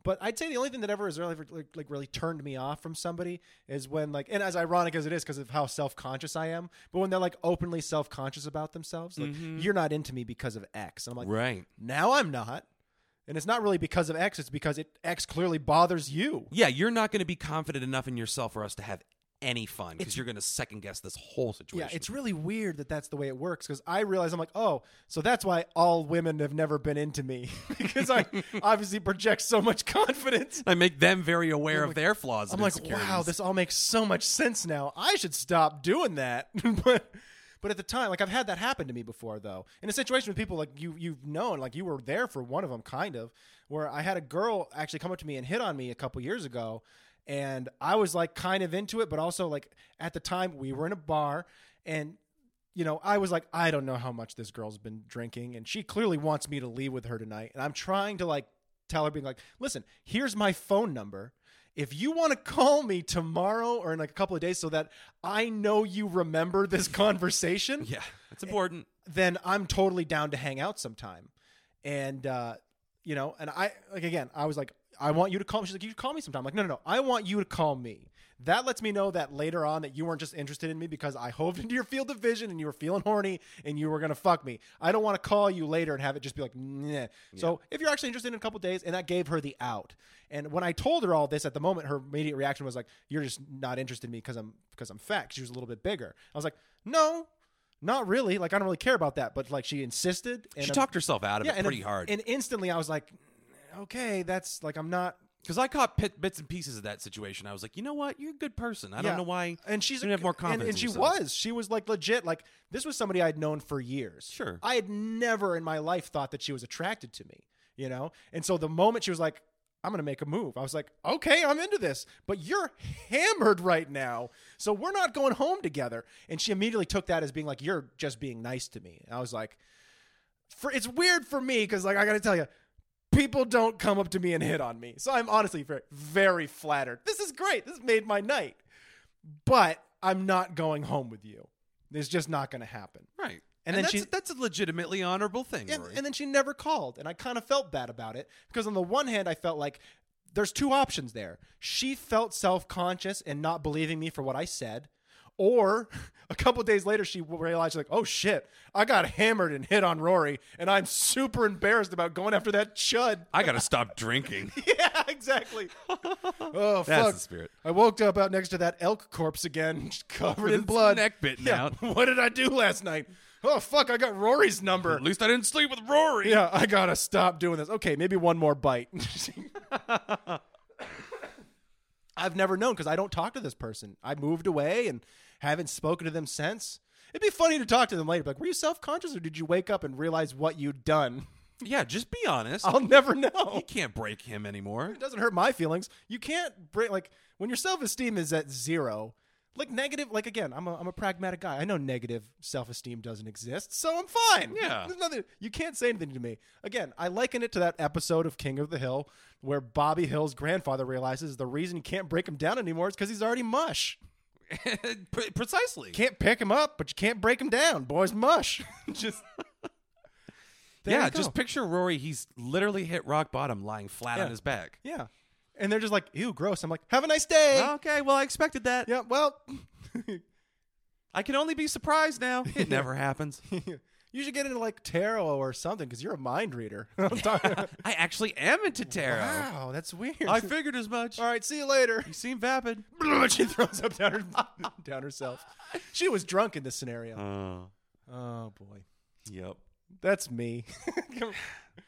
[SPEAKER 1] but I'd say the only thing that ever has really like, like really turned me off from somebody is when like, and as ironic as it is because of how self conscious I am, but when they're like openly self conscious about themselves, like
[SPEAKER 2] Mm-hmm.
[SPEAKER 1] you're not into me because of X, and I'm like,
[SPEAKER 2] right?
[SPEAKER 1] Now I'm not. And it's not really because of X, it's because it X clearly bothers you.
[SPEAKER 2] Yeah, you're not going to be confident enough in yourself for us to have any fun because you're going to second guess this whole situation.
[SPEAKER 1] Yeah, it's really weird that that's the way it works because I realize I'm like, oh, so that's why all women have never been into me because I obviously project so much confidence.
[SPEAKER 2] I make them very aware of their flaws.
[SPEAKER 1] I'm
[SPEAKER 2] and
[SPEAKER 1] like,
[SPEAKER 2] insecurities.
[SPEAKER 1] wow, this all makes so much sense now. I should stop doing that. but but at the time, like I've had that happen to me before though. In a situation with people like you you've known, like you were there for one of them kind of, where I had a girl actually come up to me and hit on me a couple years ago and I was like kind of into it, but also like at the time we were in a bar and you know, I was like, I don't know how much this girl's been drinking, and she clearly wants me to leave with her tonight. And I'm trying to like tell her, being like, listen, here's my phone number. If you want to call me tomorrow or in like a couple of days so that I know you remember this conversation,
[SPEAKER 2] yeah, it's important.
[SPEAKER 1] then I'm totally down to hang out sometime. And uh, you know, and I like again, I was like, I want you to call me. She's like, you call me sometime. I'm like, no, no, no. I want you to call me. That lets me know that later on that you weren't just interested in me because I hoved into your field of vision and you were feeling horny and you were gonna fuck me. I don't want to call you later and have it just be like, nah. So if you're actually interested in a couple days, and that gave her the out. And when I told her all this at the moment, her immediate reaction was like, "You're just not interested in me because I'm because I'm fat." 'cause She was a little bit bigger. I was like, "No, not really. Like I don't really care about that." But like she insisted. And
[SPEAKER 2] She
[SPEAKER 1] I'm-
[SPEAKER 2] talked herself out of it
[SPEAKER 1] and
[SPEAKER 2] pretty
[SPEAKER 1] im-
[SPEAKER 2] hard.
[SPEAKER 1] And instantly I was like, okay, that's like I'm not.
[SPEAKER 2] Because I caught pit, bits and pieces of that situation. I was like, you know what? You're a good person. I
[SPEAKER 1] yeah.
[SPEAKER 2] don't know why.
[SPEAKER 1] And she's
[SPEAKER 2] you didn't have more
[SPEAKER 1] and-
[SPEAKER 2] confidence.
[SPEAKER 1] And,
[SPEAKER 2] in
[SPEAKER 1] she
[SPEAKER 2] yourself.
[SPEAKER 1] was. She was like legit. Like this was somebody I'd known for years.
[SPEAKER 2] Sure.
[SPEAKER 1] I had never in my life thought that she was attracted to me. You know. And so the moment she was like, "I'm gonna make a move," I was like, "Okay, I'm into this." But you're hammered right now, so we're not going home together. And she immediately took that as being like, "You're just being nice to me." And I was like, for it's weird for me because like I gotta tell you, people don't come up to me and hit on me, so I'm honestly very very flattered. This is great. This made my night, but I'm not going home with you. It's just not gonna happen.
[SPEAKER 2] Right.
[SPEAKER 1] And
[SPEAKER 2] And,
[SPEAKER 1] then
[SPEAKER 2] that's,
[SPEAKER 1] she-
[SPEAKER 2] that's a legitimately honorable thing.
[SPEAKER 1] And,
[SPEAKER 2] Rory.
[SPEAKER 1] and then she never called, and I kind of felt bad about it because on the one hand I felt like there's two options there. She felt self conscious and not believing me for what I said. Or a couple days later, she realized, like, oh shit, I got hammered and hit on Rory, and I'm super embarrassed about going after that chud.
[SPEAKER 2] I got to stop drinking.
[SPEAKER 1] yeah, exactly. Oh, fuck.
[SPEAKER 2] That's the spirit.
[SPEAKER 1] I woke up out next to that elk corpse again, covered in
[SPEAKER 2] Its
[SPEAKER 1] blood.
[SPEAKER 2] neck bitten
[SPEAKER 1] Yeah.
[SPEAKER 2] out.
[SPEAKER 1] What did I do last night? Oh, fuck, I got Rory's number.
[SPEAKER 2] At least I didn't sleep with Rory.
[SPEAKER 1] Yeah, I gotta stop doing this. Okay, maybe one more bite. I've never known because I don't talk to this person. I moved away and haven't spoken to them since. It'd be funny to talk to them later. Like, were you self conscious or did you wake up and realize what you'd done?
[SPEAKER 2] Yeah, just be honest.
[SPEAKER 1] I'll never know.
[SPEAKER 2] you can't break him anymore.
[SPEAKER 1] It doesn't hurt my feelings. You can't break, like, when your self esteem is at zero, like negative, like again, I'm a, I'm a pragmatic guy. I know negative self esteem doesn't exist, so I'm fine.
[SPEAKER 2] Yeah.
[SPEAKER 1] There's nothing, you can't say anything to me. Again, I liken it to that episode of King of the Hill where Bobby Hill's grandfather realizes the reason you can't break him down anymore is because he's already mush.
[SPEAKER 2] Pre- Precisely.
[SPEAKER 1] Can't pick him up, but you can't break him down. Boy's mush. just. There
[SPEAKER 2] yeah,
[SPEAKER 1] you go.
[SPEAKER 2] just picture Rory. He's literally hit rock bottom, lying flat
[SPEAKER 1] Yeah.
[SPEAKER 2] on his back.
[SPEAKER 1] Yeah. And they're just like, ew, gross. I'm like, have a nice day.
[SPEAKER 2] Okay, well, I expected that.
[SPEAKER 1] Yeah, well,
[SPEAKER 2] I can only be surprised now. It never happens.
[SPEAKER 1] You should get into like tarot or something because you're a mind reader. I'm talking-
[SPEAKER 2] I actually am into tarot.
[SPEAKER 1] wow, that's weird.
[SPEAKER 2] I figured as much.
[SPEAKER 1] All right, see you later.
[SPEAKER 2] You seem vapid.
[SPEAKER 1] she throws up down, her, down herself. She was drunk in this scenario.
[SPEAKER 2] Uh,
[SPEAKER 1] Oh boy,
[SPEAKER 2] yep.
[SPEAKER 1] that's me.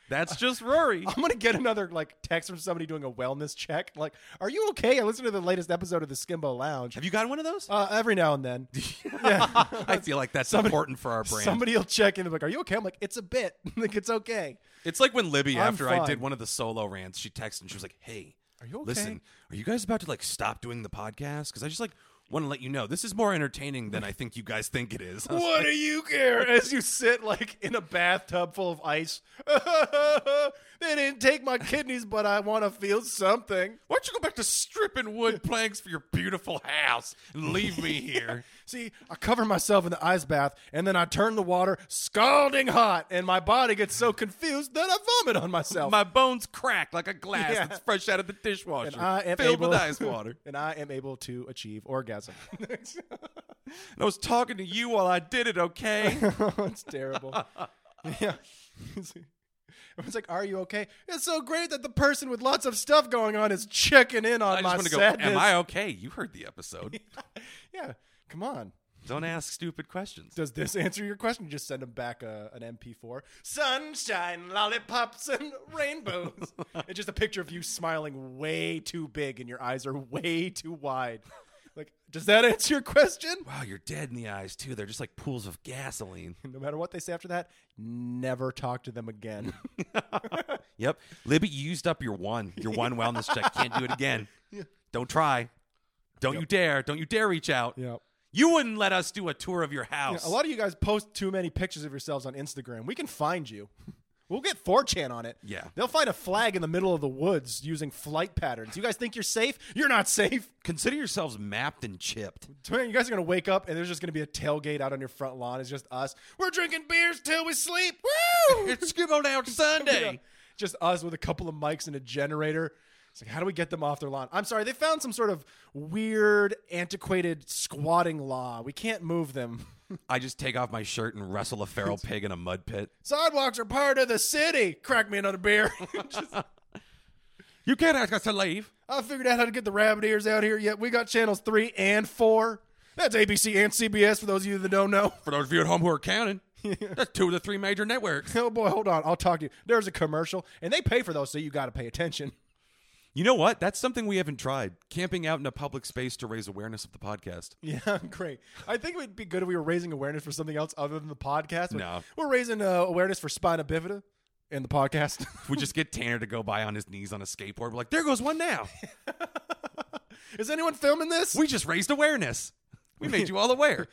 [SPEAKER 2] That's just Rory.
[SPEAKER 1] I'm gonna get another like text from somebody doing a wellness check. Like, are you okay? I listened to the latest episode of the Skimbo Lounge.
[SPEAKER 2] Have you gotten one of those?
[SPEAKER 1] Uh, every now and then,
[SPEAKER 2] I feel like that's important for our brand.
[SPEAKER 1] somebody will check in. They're like, "Are you okay?" I'm like, "It's a bit. like, it's okay."
[SPEAKER 2] It's like when Libby,
[SPEAKER 1] I'm
[SPEAKER 2] after I
[SPEAKER 1] fine.
[SPEAKER 2] did one of the solo rants, she texted and she was like, "Hey,
[SPEAKER 1] Are you okay?
[SPEAKER 2] listen, are you guys about to like stop doing the podcast? Because I just like want to let you know this is more entertaining than I think you guys think it is." I was
[SPEAKER 1] What do you care? As you sit like in a bathtub full of ice. they didn't take my kidneys, but I want to feel something.
[SPEAKER 2] Why don't you go back to stripping wood planks for your beautiful house and leave me here?
[SPEAKER 1] See, I cover myself in the ice bath and then I turn the water scalding hot, and my body gets so confused that I vomit on myself.
[SPEAKER 2] My bones crack like a glass
[SPEAKER 1] Yeah.
[SPEAKER 2] that's fresh out of the dishwasher,
[SPEAKER 1] and I am
[SPEAKER 2] filled
[SPEAKER 1] able,
[SPEAKER 2] with ice water.
[SPEAKER 1] and I am able to achieve orgasm.
[SPEAKER 2] And I was talking to you while I did it. Okay,
[SPEAKER 1] it's terrible. yeah. Everyone's like, "Are you okay?" It's so great that the person with lots of stuff going on is checking in on my
[SPEAKER 2] I just want to go.
[SPEAKER 1] sadness.
[SPEAKER 2] Am I okay? You heard the episode.
[SPEAKER 1] yeah, come on.
[SPEAKER 2] Don't ask stupid questions.
[SPEAKER 1] Does this answer your question? Just send them back a, an MP4. Sunshine, lollipops, and rainbows. it's just a picture of you smiling way too big and your eyes are way too wide. Like, does that answer your question?
[SPEAKER 2] Wow, you're dead in the eyes too. They're just like pools of gasoline.
[SPEAKER 1] No matter what they say after that, never talk to them again.
[SPEAKER 2] Yep, Libby, you used up your one. Your one wellness check. Can't do it again. Don't try. Don't you dare. Don't you dare reach out.
[SPEAKER 1] yep.
[SPEAKER 2] You wouldn't let us do a tour of your house.
[SPEAKER 1] A lot of you guys post too many pictures of yourselves on Instagram. We can find you. We'll get 4chan on it.
[SPEAKER 2] Yeah.
[SPEAKER 1] They'll find a flag in the middle of the woods using flight patterns. You guys think you're safe? You're not safe.
[SPEAKER 2] Consider yourselves mapped and chipped.
[SPEAKER 1] So, man, You guys are going to wake up and there's just going to be a tailgate out on your front lawn. It's just us. We're drinking beers till we sleep. Woo!
[SPEAKER 2] It's Skibbo Down Sunday.
[SPEAKER 1] just us with a couple of mics and a generator. It's like, how do we get them off their lawn? I'm sorry, they found some sort of weird, antiquated squatting law. We can't move them.
[SPEAKER 2] I just take off my shirt and wrestle a feral pig in a mud pit.
[SPEAKER 1] Sidewalks are part of the city. Crack me another beer.
[SPEAKER 2] You can't ask us to leave.
[SPEAKER 1] I figured out how to get the rabbit ears out here yet. We got channels three and four. That's ABC and CBS for those of you that don't know.
[SPEAKER 2] For those of you at home who are counting, that's two of the three major networks.
[SPEAKER 1] Oh boy, hold on. I'll talk to you. There's a commercial, and they pay for those, so you got to pay attention.
[SPEAKER 2] You know what? That's something we haven't tried. Camping out in a public space to raise awareness of the podcast.
[SPEAKER 1] Yeah, great. I think it would be good if we were raising awareness for something else other than the podcast. but
[SPEAKER 2] No.
[SPEAKER 1] We're raising uh, awareness for spina bifida and the podcast.
[SPEAKER 2] If we just get Tanner to go by on his knees on a skateboard, we're like, there goes one now.
[SPEAKER 1] Is anyone filming this?
[SPEAKER 2] We just raised awareness. We made you all aware.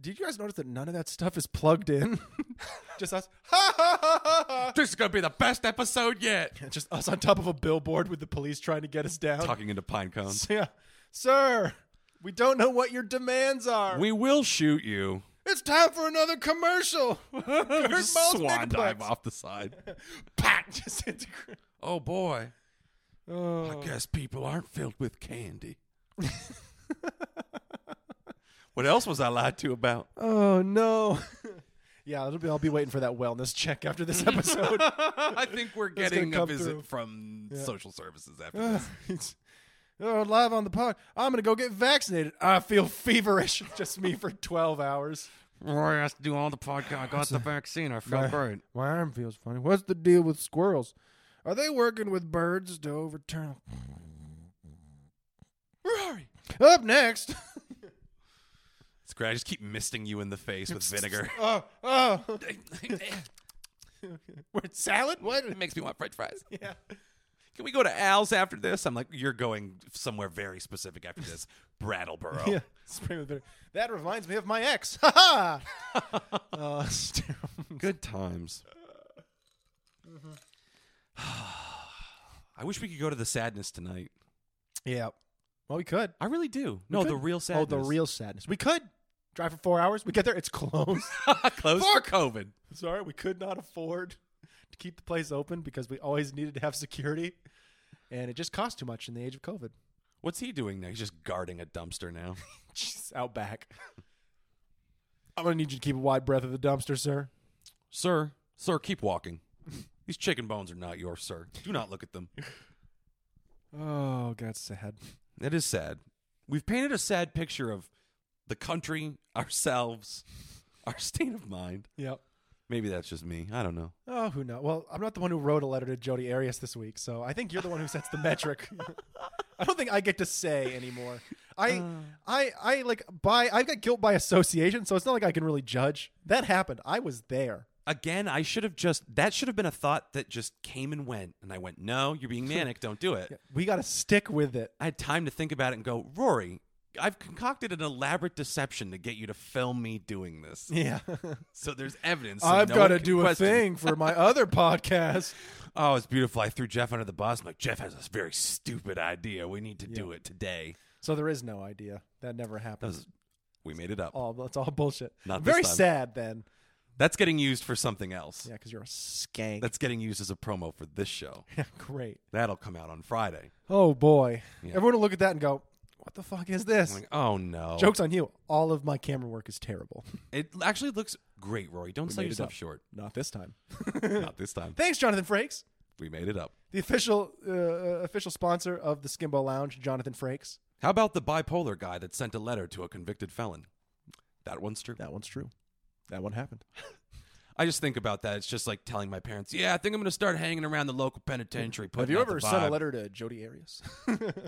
[SPEAKER 1] Did you guys notice that none of that stuff is plugged in? just us. Ha ha ha ha ha.
[SPEAKER 2] This is going to be the best episode yet.
[SPEAKER 1] Just us on top of a billboard with the police trying to get us down.
[SPEAKER 2] Talking into pine cones.
[SPEAKER 1] Yeah. Sir, we don't know what your demands are.
[SPEAKER 2] We will shoot you.
[SPEAKER 1] it's time for another commercial.
[SPEAKER 2] We just
[SPEAKER 1] Miles
[SPEAKER 2] swan dive
[SPEAKER 1] Megaplex.
[SPEAKER 2] off the side.
[SPEAKER 1] Pat just integrate.
[SPEAKER 2] Oh boy.
[SPEAKER 1] Oh.
[SPEAKER 2] I guess people aren't filled with candy. what else was I lied to about?
[SPEAKER 1] Oh no. yeah, it'll be, I'll be waiting for that wellness check after this episode.
[SPEAKER 2] I think we're
[SPEAKER 1] gonna
[SPEAKER 2] getting a
[SPEAKER 1] come
[SPEAKER 2] visit
[SPEAKER 1] through.
[SPEAKER 2] from social services after
[SPEAKER 1] Uh,
[SPEAKER 2] this.
[SPEAKER 1] it's- oh, live on the pod. I'm gonna go get vaccinated. I feel feverish. Just me for 12 hours.
[SPEAKER 3] Rory has to do all the podcast. I got the vaccine. I felt great.
[SPEAKER 1] My arm feels funny. What's the deal with squirrels? Are they working with birds to overturn?
[SPEAKER 2] Rory.
[SPEAKER 1] Up next.
[SPEAKER 2] It's great. I just keep misting you in the face with vinegar.
[SPEAKER 1] Oh, oh.
[SPEAKER 2] it
[SPEAKER 1] Word salad? What?
[SPEAKER 2] makes me want french fries.
[SPEAKER 1] Yeah.
[SPEAKER 2] Can we go to Al's after this? I'm like, you're going somewhere very specific after this. Brattleboro.
[SPEAKER 1] Yeah. Spring with bitter. That reminds me of my ex. Ha ha. Uh, it's terrible.
[SPEAKER 2] Good times. I wish we could go to the sadness tonight.
[SPEAKER 1] yeah. Well, we could.
[SPEAKER 2] I really do. No,
[SPEAKER 1] could.
[SPEAKER 2] the real sadness.
[SPEAKER 1] Oh, the real sadness. We could drive for four hours. We get there. It's closed.
[SPEAKER 2] close for COVID.
[SPEAKER 1] Sorry, we could not afford to keep the place open because we always needed to have security, and it just cost too much in the age of COVID.
[SPEAKER 2] What's he doing now? He's just guarding a dumpster now.
[SPEAKER 1] Jeez, out back. I'm gonna need you to keep a wide breath of the dumpster, sir.
[SPEAKER 2] sir, sir, keep walking. These chicken bones are not yours, sir. Do not look at them.
[SPEAKER 1] Oh, God, sad.
[SPEAKER 2] It is sad. We've painted a sad picture of the country, ourselves, our state of mind.
[SPEAKER 1] Yep.
[SPEAKER 2] Maybe that's just me. I don't know.
[SPEAKER 1] Oh, who knows? Well, I'm not the one who wrote a letter to Jody Arias this week, so I think you're the one who sets the metric. I don't think I get to say anymore. I, I, I like by I've got guilt by association, so it's not like I can really judge. That happened. I was there.
[SPEAKER 2] Again, I should have just that should have been a thought that just came and went and I went, "No, you're being manic. Don't do it."
[SPEAKER 1] We got to stick with it.
[SPEAKER 2] I had time to think about it and go, "Rory, I've concocted an elaborate deception to get you to film me doing this."
[SPEAKER 1] Yeah,
[SPEAKER 2] So there's evidence. so
[SPEAKER 1] I've
[SPEAKER 2] no
[SPEAKER 1] got
[SPEAKER 2] one
[SPEAKER 1] to
[SPEAKER 2] can
[SPEAKER 1] do
[SPEAKER 2] question.
[SPEAKER 1] a thing for my other podcast.
[SPEAKER 2] Oh, it's beautiful. I threw Jeff under the bus. I'm like, Jeff has this very stupid idea. We need to do it today.
[SPEAKER 1] So there is no idea. That never happens.
[SPEAKER 2] was- We made it up.
[SPEAKER 1] all that's all bullshit.
[SPEAKER 2] Not this
[SPEAKER 1] Very
[SPEAKER 2] time.
[SPEAKER 1] sad then.
[SPEAKER 2] That's getting used for something else.
[SPEAKER 1] Yeah, because you're a skank.
[SPEAKER 2] That's getting used as a promo for this show.
[SPEAKER 1] great.
[SPEAKER 2] That'll come out on Friday.
[SPEAKER 1] Oh boy.
[SPEAKER 2] Yeah.
[SPEAKER 1] Everyone will look at that and go, what the fuck is this?
[SPEAKER 2] Like, oh no.
[SPEAKER 1] Joke's on you. All of my camera work is terrible.
[SPEAKER 2] It actually looks great, Rory. Don't sell
[SPEAKER 1] made it
[SPEAKER 2] yourself
[SPEAKER 1] up.
[SPEAKER 2] short.
[SPEAKER 1] Not this time.
[SPEAKER 2] Not this time.
[SPEAKER 1] Thanks, Jonathan Frakes,
[SPEAKER 2] We made it up.
[SPEAKER 1] the official uh, official sponsor of the Skimbo Lounge, Jonathan Frakes.
[SPEAKER 2] How about the bipolar guy that sent a letter to a convicted felon? That one's true.
[SPEAKER 1] That one's true. That one happened.
[SPEAKER 2] I just think about that. It's just like telling my parents, "Yeah, I think I'm going to start hanging around the local penitentiary."
[SPEAKER 1] Have
[SPEAKER 2] putting
[SPEAKER 1] you
[SPEAKER 2] out the
[SPEAKER 1] ever sent a
[SPEAKER 2] vibe."
[SPEAKER 1] letter to Jody Arias?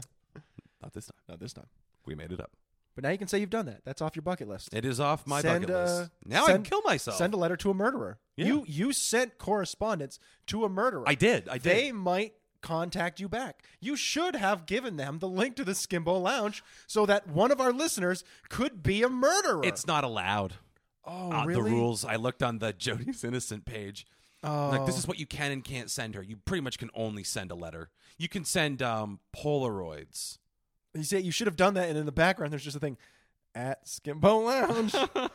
[SPEAKER 2] Not this time.
[SPEAKER 1] Not this time.
[SPEAKER 2] We made it up.
[SPEAKER 1] But now you can say you've done that. That's off your bucket list.
[SPEAKER 2] It is off my
[SPEAKER 1] Send,
[SPEAKER 2] bucket
[SPEAKER 1] uh,
[SPEAKER 2] list. Now I can
[SPEAKER 1] send-
[SPEAKER 2] kill myself.
[SPEAKER 1] Send a letter to a murderer.
[SPEAKER 2] Yeah.
[SPEAKER 1] You you sent correspondence to a murderer.
[SPEAKER 2] I did. I did.
[SPEAKER 1] They might contact you back. You should have given them the link to the Skimbo Lounge so that one of our listeners could be a murderer.
[SPEAKER 2] It's not allowed.
[SPEAKER 1] oh,
[SPEAKER 2] on
[SPEAKER 1] really?
[SPEAKER 2] the rules. I looked on the Jody's innocent page.
[SPEAKER 1] Oh.
[SPEAKER 2] Like this is what you can and can't send her. You pretty much can only send a letter. You can send um, Polaroids.
[SPEAKER 1] You say you should have done that, and in the background there's just a thing at Skimbo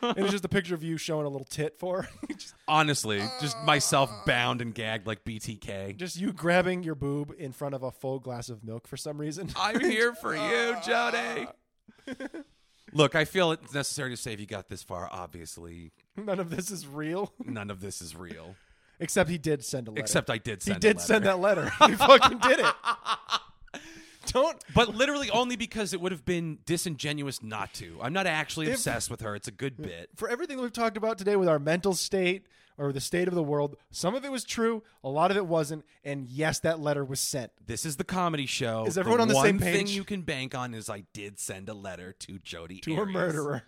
[SPEAKER 1] Lounge, and it's just a picture of you showing a little tit for, her. just,
[SPEAKER 2] Honestly, just myself bound and gagged like BTK.
[SPEAKER 1] just you grabbing your boob in front of a full glass of milk for some reason.
[SPEAKER 2] I'm here for you, Jody. Look, I feel it's necessary to say if you got this far, obviously
[SPEAKER 1] None of this is real,
[SPEAKER 2] none of this is real.
[SPEAKER 1] except he did send a letter.
[SPEAKER 2] Except I did
[SPEAKER 1] he
[SPEAKER 2] send.
[SPEAKER 1] did
[SPEAKER 2] a
[SPEAKER 1] send
[SPEAKER 2] letter.
[SPEAKER 1] that letter. He fucking did it. Don't
[SPEAKER 2] but literally only because it would have been disingenuous not to. I'm not actually
[SPEAKER 1] If-
[SPEAKER 2] obsessed with her. It's a good bit.
[SPEAKER 1] for everything that we've talked about today with our mental state or the state of the world, some of it was true, a lot of it wasn't, and yes, that letter was sent.
[SPEAKER 2] This is the comedy show.
[SPEAKER 1] Is everyone on the
[SPEAKER 2] one
[SPEAKER 1] same
[SPEAKER 2] thing
[SPEAKER 1] page?
[SPEAKER 2] you can bank on is I did send a letter to Jody
[SPEAKER 1] To a
[SPEAKER 2] Arias.
[SPEAKER 1] murderer.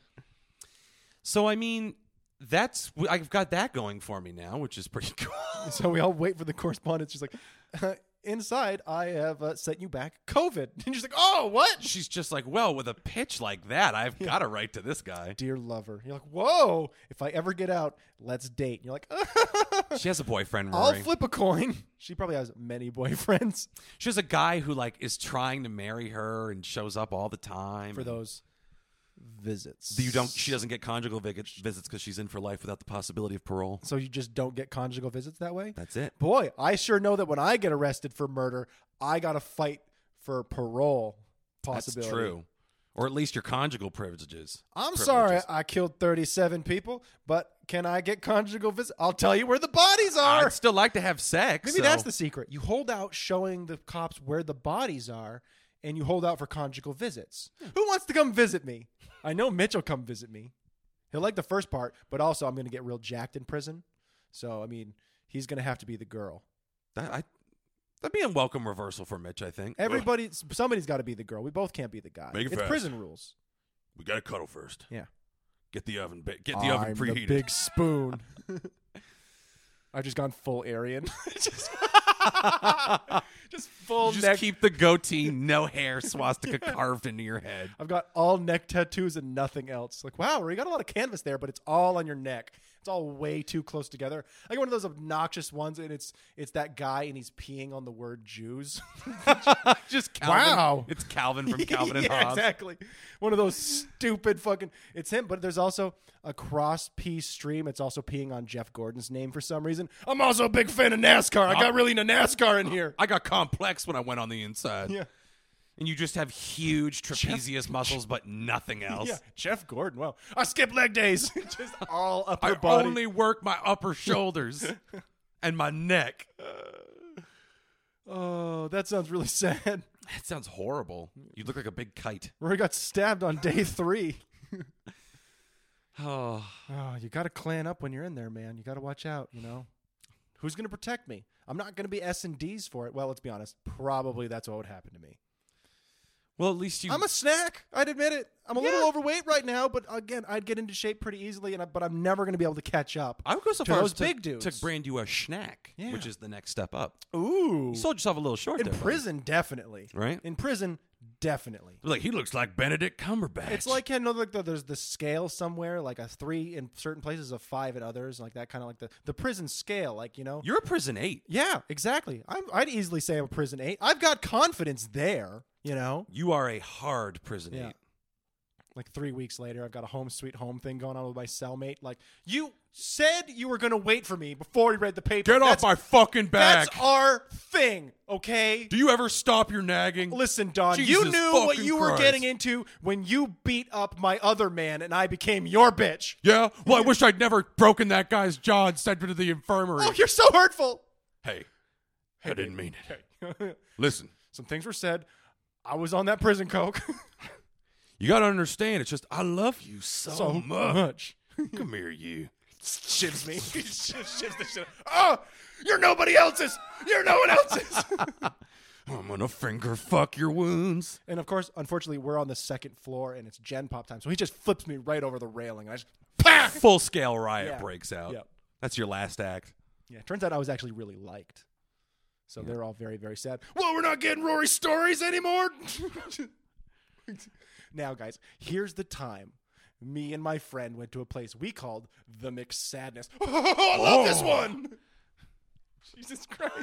[SPEAKER 2] So I mean, that's I've got that going for me now, which is pretty cool.
[SPEAKER 1] So we all wait for the correspondence. She's like, uh, inside, I have uh, sent you back COVID. And she's like, oh, what?
[SPEAKER 2] She's just like, well, with a pitch like that, I've got to write to this guy.
[SPEAKER 1] Dear lover. You're like, whoa, if I ever get out, let's date. And you're like,
[SPEAKER 2] She has a boyfriend,
[SPEAKER 1] I'll
[SPEAKER 2] Rory.
[SPEAKER 1] flip a coin. She probably has many boyfriends
[SPEAKER 2] she has a guy who like is trying to marry her and shows up all the time.
[SPEAKER 1] for those visits.
[SPEAKER 2] you don't. She doesn't get conjugal vic- visits because she's in for life without the possibility of parole.
[SPEAKER 1] So you just don't get conjugal visits that way?
[SPEAKER 2] That's it.
[SPEAKER 1] Boy, I sure know that when I get arrested for murder, I got to fight for parole
[SPEAKER 2] That's
[SPEAKER 1] possibility.
[SPEAKER 2] true. Or at least your conjugal privileges.
[SPEAKER 1] I'm
[SPEAKER 2] Privileges.
[SPEAKER 1] sorry I killed 37 people, but can I get conjugal visit? I'll tell you where the bodies are.
[SPEAKER 2] I'd still like to have sex.
[SPEAKER 1] Maybe
[SPEAKER 2] so-
[SPEAKER 1] that's the secret. You hold out showing the cops where the bodies are, and you hold out for conjugal visits. Who wants to come visit me? I know Mitch will come visit me. He'll like the first part, but also I'm going to get real jacked in prison. So, I mean, he's going to have to be the girl.
[SPEAKER 2] That, I, that'd be a welcome reversal for Mitch, I think.
[SPEAKER 1] Everybody, somebody's got to be the girl. We both can't be the guy.
[SPEAKER 3] Make it
[SPEAKER 1] it's
[SPEAKER 3] fast.
[SPEAKER 1] prison rules.
[SPEAKER 3] We gotta cuddle first.
[SPEAKER 1] Yeah.
[SPEAKER 3] Get the oven. Ba- get the oven
[SPEAKER 1] I'm
[SPEAKER 3] preheated.
[SPEAKER 1] big spoon. I've just gone full Aryan. just, just full
[SPEAKER 2] You just
[SPEAKER 1] neck.
[SPEAKER 2] keep the goatee, no hair swastika carved into your head.
[SPEAKER 1] I've got all neck tattoos and nothing else. Like, wow, you got a lot of canvas there, but it's all on your neck. It's all way too close together. I got one of those obnoxious ones, and it's it's that guy, and he's peeing on the word Jews.
[SPEAKER 2] Just Calvin.
[SPEAKER 1] Wow.
[SPEAKER 2] It's Calvin from Calvin and
[SPEAKER 1] yeah,
[SPEAKER 2] Hobbes.
[SPEAKER 1] exactly. One of those stupid fucking. It's him, but there's also a cross piece stream. It's also peeing on Jeff Gordon's name for some reason. I'm also a big fan of NASCAR. I got really into NASCAR in here.
[SPEAKER 2] I got complex when I went on the inside.
[SPEAKER 1] Yeah.
[SPEAKER 2] And you just have huge trapezius muscles, but nothing else.
[SPEAKER 1] Yeah, Jeff Gordon. Wow, I skip leg days. Just all upper
[SPEAKER 2] I
[SPEAKER 1] body.
[SPEAKER 2] only work my upper shoulders and my neck.
[SPEAKER 1] oh, that sounds really sad.
[SPEAKER 2] That sounds horrible. You look like a big kite.
[SPEAKER 1] Rory got stabbed on day three.
[SPEAKER 2] Oh.
[SPEAKER 1] Oh, you got to clan up when you're in there, man. You got to watch out. You know, who's going to protect me? I'm not going to be S and D's for it. Well, let's be honest. Probably that's what would happen to me.
[SPEAKER 2] Well, at least you.
[SPEAKER 1] I'm a snack. I'd admit it. I'm a little
[SPEAKER 2] Yeah.
[SPEAKER 1] overweight right now, but again, I'd get into shape pretty easily, and I, but I'm never going to be able to catch up.
[SPEAKER 2] I would go so
[SPEAKER 1] to
[SPEAKER 2] far
[SPEAKER 1] those
[SPEAKER 2] as
[SPEAKER 1] big
[SPEAKER 2] to,
[SPEAKER 1] dudes.
[SPEAKER 2] to brand you a snack,
[SPEAKER 1] Yeah.
[SPEAKER 2] which is the next step up.
[SPEAKER 1] Ooh,
[SPEAKER 2] You sold yourself a little short
[SPEAKER 1] in
[SPEAKER 2] there, buddy.
[SPEAKER 1] prison, definitely.
[SPEAKER 2] Right?
[SPEAKER 1] in prison, definitely.
[SPEAKER 2] Like he looks like Benedict Cumberbatch.
[SPEAKER 1] It's like you know, like the, there's the scale somewhere, like a three in certain places, a five in others, like that kind of like the the prison scale, like you know.
[SPEAKER 2] you're a prison eight.
[SPEAKER 1] yeah, exactly. I'm, I'd easily say I'm a prison eight. I've got confidence there, you know.
[SPEAKER 2] You are a hard prison
[SPEAKER 1] Yeah.
[SPEAKER 2] eight.
[SPEAKER 1] like three weeks later, I've got a home sweet home thing going on with my cellmate. Like, you said you were going to wait for me before you read the paper.
[SPEAKER 2] Get
[SPEAKER 1] That's-
[SPEAKER 2] off my fucking back.
[SPEAKER 1] That's our thing, okay?
[SPEAKER 2] Do you ever stop your nagging?
[SPEAKER 1] Listen, Don, you
[SPEAKER 2] Jesus
[SPEAKER 1] knew what
[SPEAKER 2] fucking
[SPEAKER 1] you were
[SPEAKER 2] Christ.
[SPEAKER 1] getting into when you beat up my other man and I became your bitch.
[SPEAKER 2] Yeah? Well, I wish I'd never broken that guy's jaw and sent him to the infirmary.
[SPEAKER 1] Oh, you're so hurtful.
[SPEAKER 2] Hey, I didn't mean it.
[SPEAKER 1] Okay.
[SPEAKER 2] Listen,
[SPEAKER 1] Some things were said. I was on that prison coke
[SPEAKER 2] you gotta understand, it's just, I love you so,
[SPEAKER 1] so
[SPEAKER 2] much.
[SPEAKER 1] much.
[SPEAKER 2] Come here, you.
[SPEAKER 1] Shivs me. shivs, shivs the shit.
[SPEAKER 2] Oh, you're nobody else's. You're no one else's. I'm gonna finger fuck your wounds.
[SPEAKER 1] And of course, unfortunately, we're on the second floor and it's Gen Pop time. So he just flips me right over the railing. And I just,
[SPEAKER 2] Full scale riot
[SPEAKER 1] Yeah.
[SPEAKER 2] breaks out.
[SPEAKER 1] Yep.
[SPEAKER 2] That's your last act.
[SPEAKER 1] yeah, turns out I was actually really liked. So they're all very, very sad.
[SPEAKER 2] Well, we're not getting Rory stories anymore.
[SPEAKER 1] Now, guys, here's the time me and my friend went to a place we called the Mixed Sadness. I love this
[SPEAKER 2] Oh.
[SPEAKER 1] one. Jesus Christ.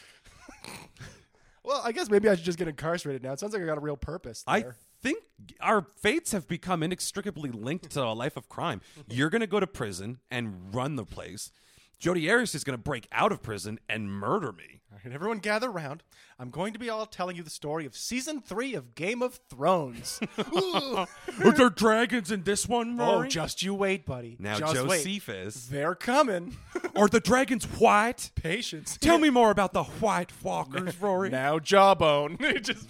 [SPEAKER 1] well, I guess maybe I should just get incarcerated now. It sounds like I got a real purpose.
[SPEAKER 2] I
[SPEAKER 1] There.
[SPEAKER 2] think our fates have become inextricably linked to a life of crime. You're gonna go to prison and run the place. Jody Arias is gonna break out of prison and murder me.
[SPEAKER 1] All right, everyone gather around. I'm going to be all telling you the story of season three of Game of Thrones. Ooh.
[SPEAKER 2] Are there dragons in this one,
[SPEAKER 1] oh, just you wait, buddy.
[SPEAKER 2] now
[SPEAKER 1] just wait.
[SPEAKER 2] Josephus.
[SPEAKER 1] They're coming.
[SPEAKER 2] Are the dragons white?
[SPEAKER 1] Patience.
[SPEAKER 2] Tell me more about the White Walkers, Rory.
[SPEAKER 1] Now jawbone. It just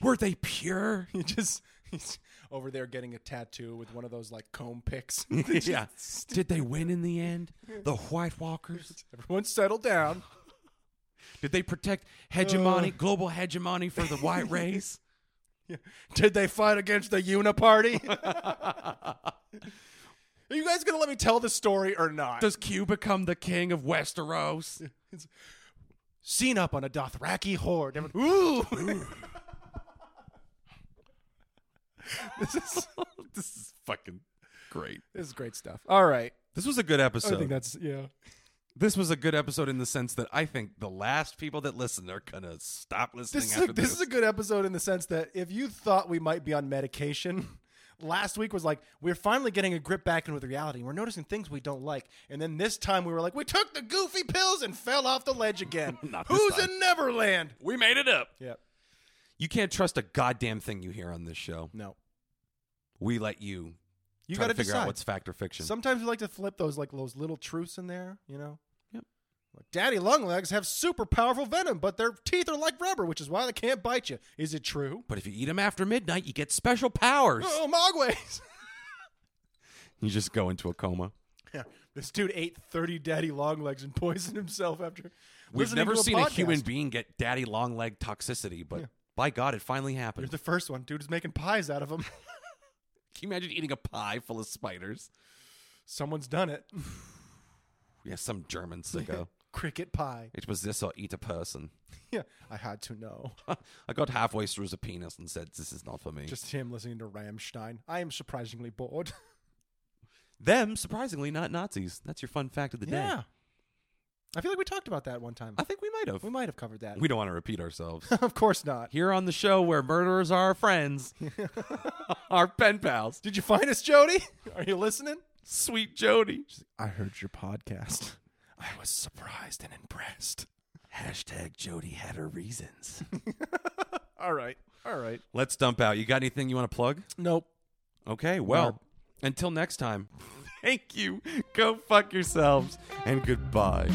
[SPEAKER 2] Were they pure?
[SPEAKER 1] He just he's over there getting a tattoo with one of those like comb picks.
[SPEAKER 2] yeah. Did they win in the end? The White Walkers?
[SPEAKER 1] Everyone settle down.
[SPEAKER 2] Did they protect hegemony, global hegemony for the white race?
[SPEAKER 1] Did they fight against the Uniparty? Are you guys gonna let me tell the story or not?
[SPEAKER 2] Does Q become the king of Westeros?
[SPEAKER 1] Seen up on a Dothraki horde. Everyone- Ooh. this is
[SPEAKER 2] this is fucking great.
[SPEAKER 1] this is great stuff. All right,
[SPEAKER 2] This was a good
[SPEAKER 1] I think
[SPEAKER 2] episode.
[SPEAKER 1] that's yeah.
[SPEAKER 2] This was a good episode in the sense that I think the last people that listen are gonna stop listening
[SPEAKER 1] This is,
[SPEAKER 2] after
[SPEAKER 1] a, this is a good episode in the sense that if you thought we might be on medication, last week was like we're finally getting a grip back in with reality. We're noticing things we don't like, and then this time we were like we took the goofy pills and fell off the ledge again.
[SPEAKER 2] Not this
[SPEAKER 1] Who's
[SPEAKER 2] time.
[SPEAKER 1] in Neverland?
[SPEAKER 2] we made it up.
[SPEAKER 1] Yep.
[SPEAKER 2] You can't trust a goddamn thing you hear on this show.
[SPEAKER 1] No.
[SPEAKER 2] We let you,
[SPEAKER 1] You
[SPEAKER 2] try
[SPEAKER 1] got
[SPEAKER 2] to
[SPEAKER 1] to
[SPEAKER 2] figure
[SPEAKER 1] decide.
[SPEAKER 2] out what's fact or fiction.
[SPEAKER 1] Sometimes we like to flip those like those little truths in there. You know.
[SPEAKER 2] Yep.
[SPEAKER 1] Like, Daddy long legs have super powerful venom, but their teeth are like rubber, which is why they can't bite you. Is it true?
[SPEAKER 2] But if you eat them after midnight, you get special powers.
[SPEAKER 1] Oh, Mogways.
[SPEAKER 2] You just go into a coma.
[SPEAKER 1] Yeah, this dude ate 30 daddy long legs and poisoned himself after.
[SPEAKER 2] We've
[SPEAKER 1] listening
[SPEAKER 2] never
[SPEAKER 1] to
[SPEAKER 2] seen a
[SPEAKER 1] podcast.
[SPEAKER 2] human being get daddy long leg toxicity, but by God, it finally
[SPEAKER 1] You're
[SPEAKER 2] happened.
[SPEAKER 1] the first one. Dude is making pies out of them.
[SPEAKER 2] Can you imagine eating a pie full of spiders?
[SPEAKER 1] Someone's done it.
[SPEAKER 2] Yeah, some German sicko.
[SPEAKER 1] Cricket pie.
[SPEAKER 2] it was this or eat a person.
[SPEAKER 1] Yeah, I had to know.
[SPEAKER 2] I got halfway through the penis and said, "This is not for me."
[SPEAKER 1] Just him listening to Ramstein. I am surprisingly bored.
[SPEAKER 2] them, surprisingly, not Nazis. That's your fun fact of the day.
[SPEAKER 1] I feel like we talked about that one time.
[SPEAKER 2] I think we might have.
[SPEAKER 1] We might have covered that.
[SPEAKER 2] We don't want to repeat ourselves
[SPEAKER 1] of course not.
[SPEAKER 2] here on the show where murderers are our friends, our pen pals.
[SPEAKER 1] Did you find us, Jody? Are you listening?
[SPEAKER 2] Sweet Jody.
[SPEAKER 1] I heard your podcast. I was surprised and impressed.
[SPEAKER 2] Hashtag Jody had her reasons.
[SPEAKER 1] All right. All right.
[SPEAKER 2] Let's dump out. You got anything you want to plug?
[SPEAKER 1] Nope.
[SPEAKER 2] Okay, well, until next time, thank you. Go fuck yourselves and goodbye.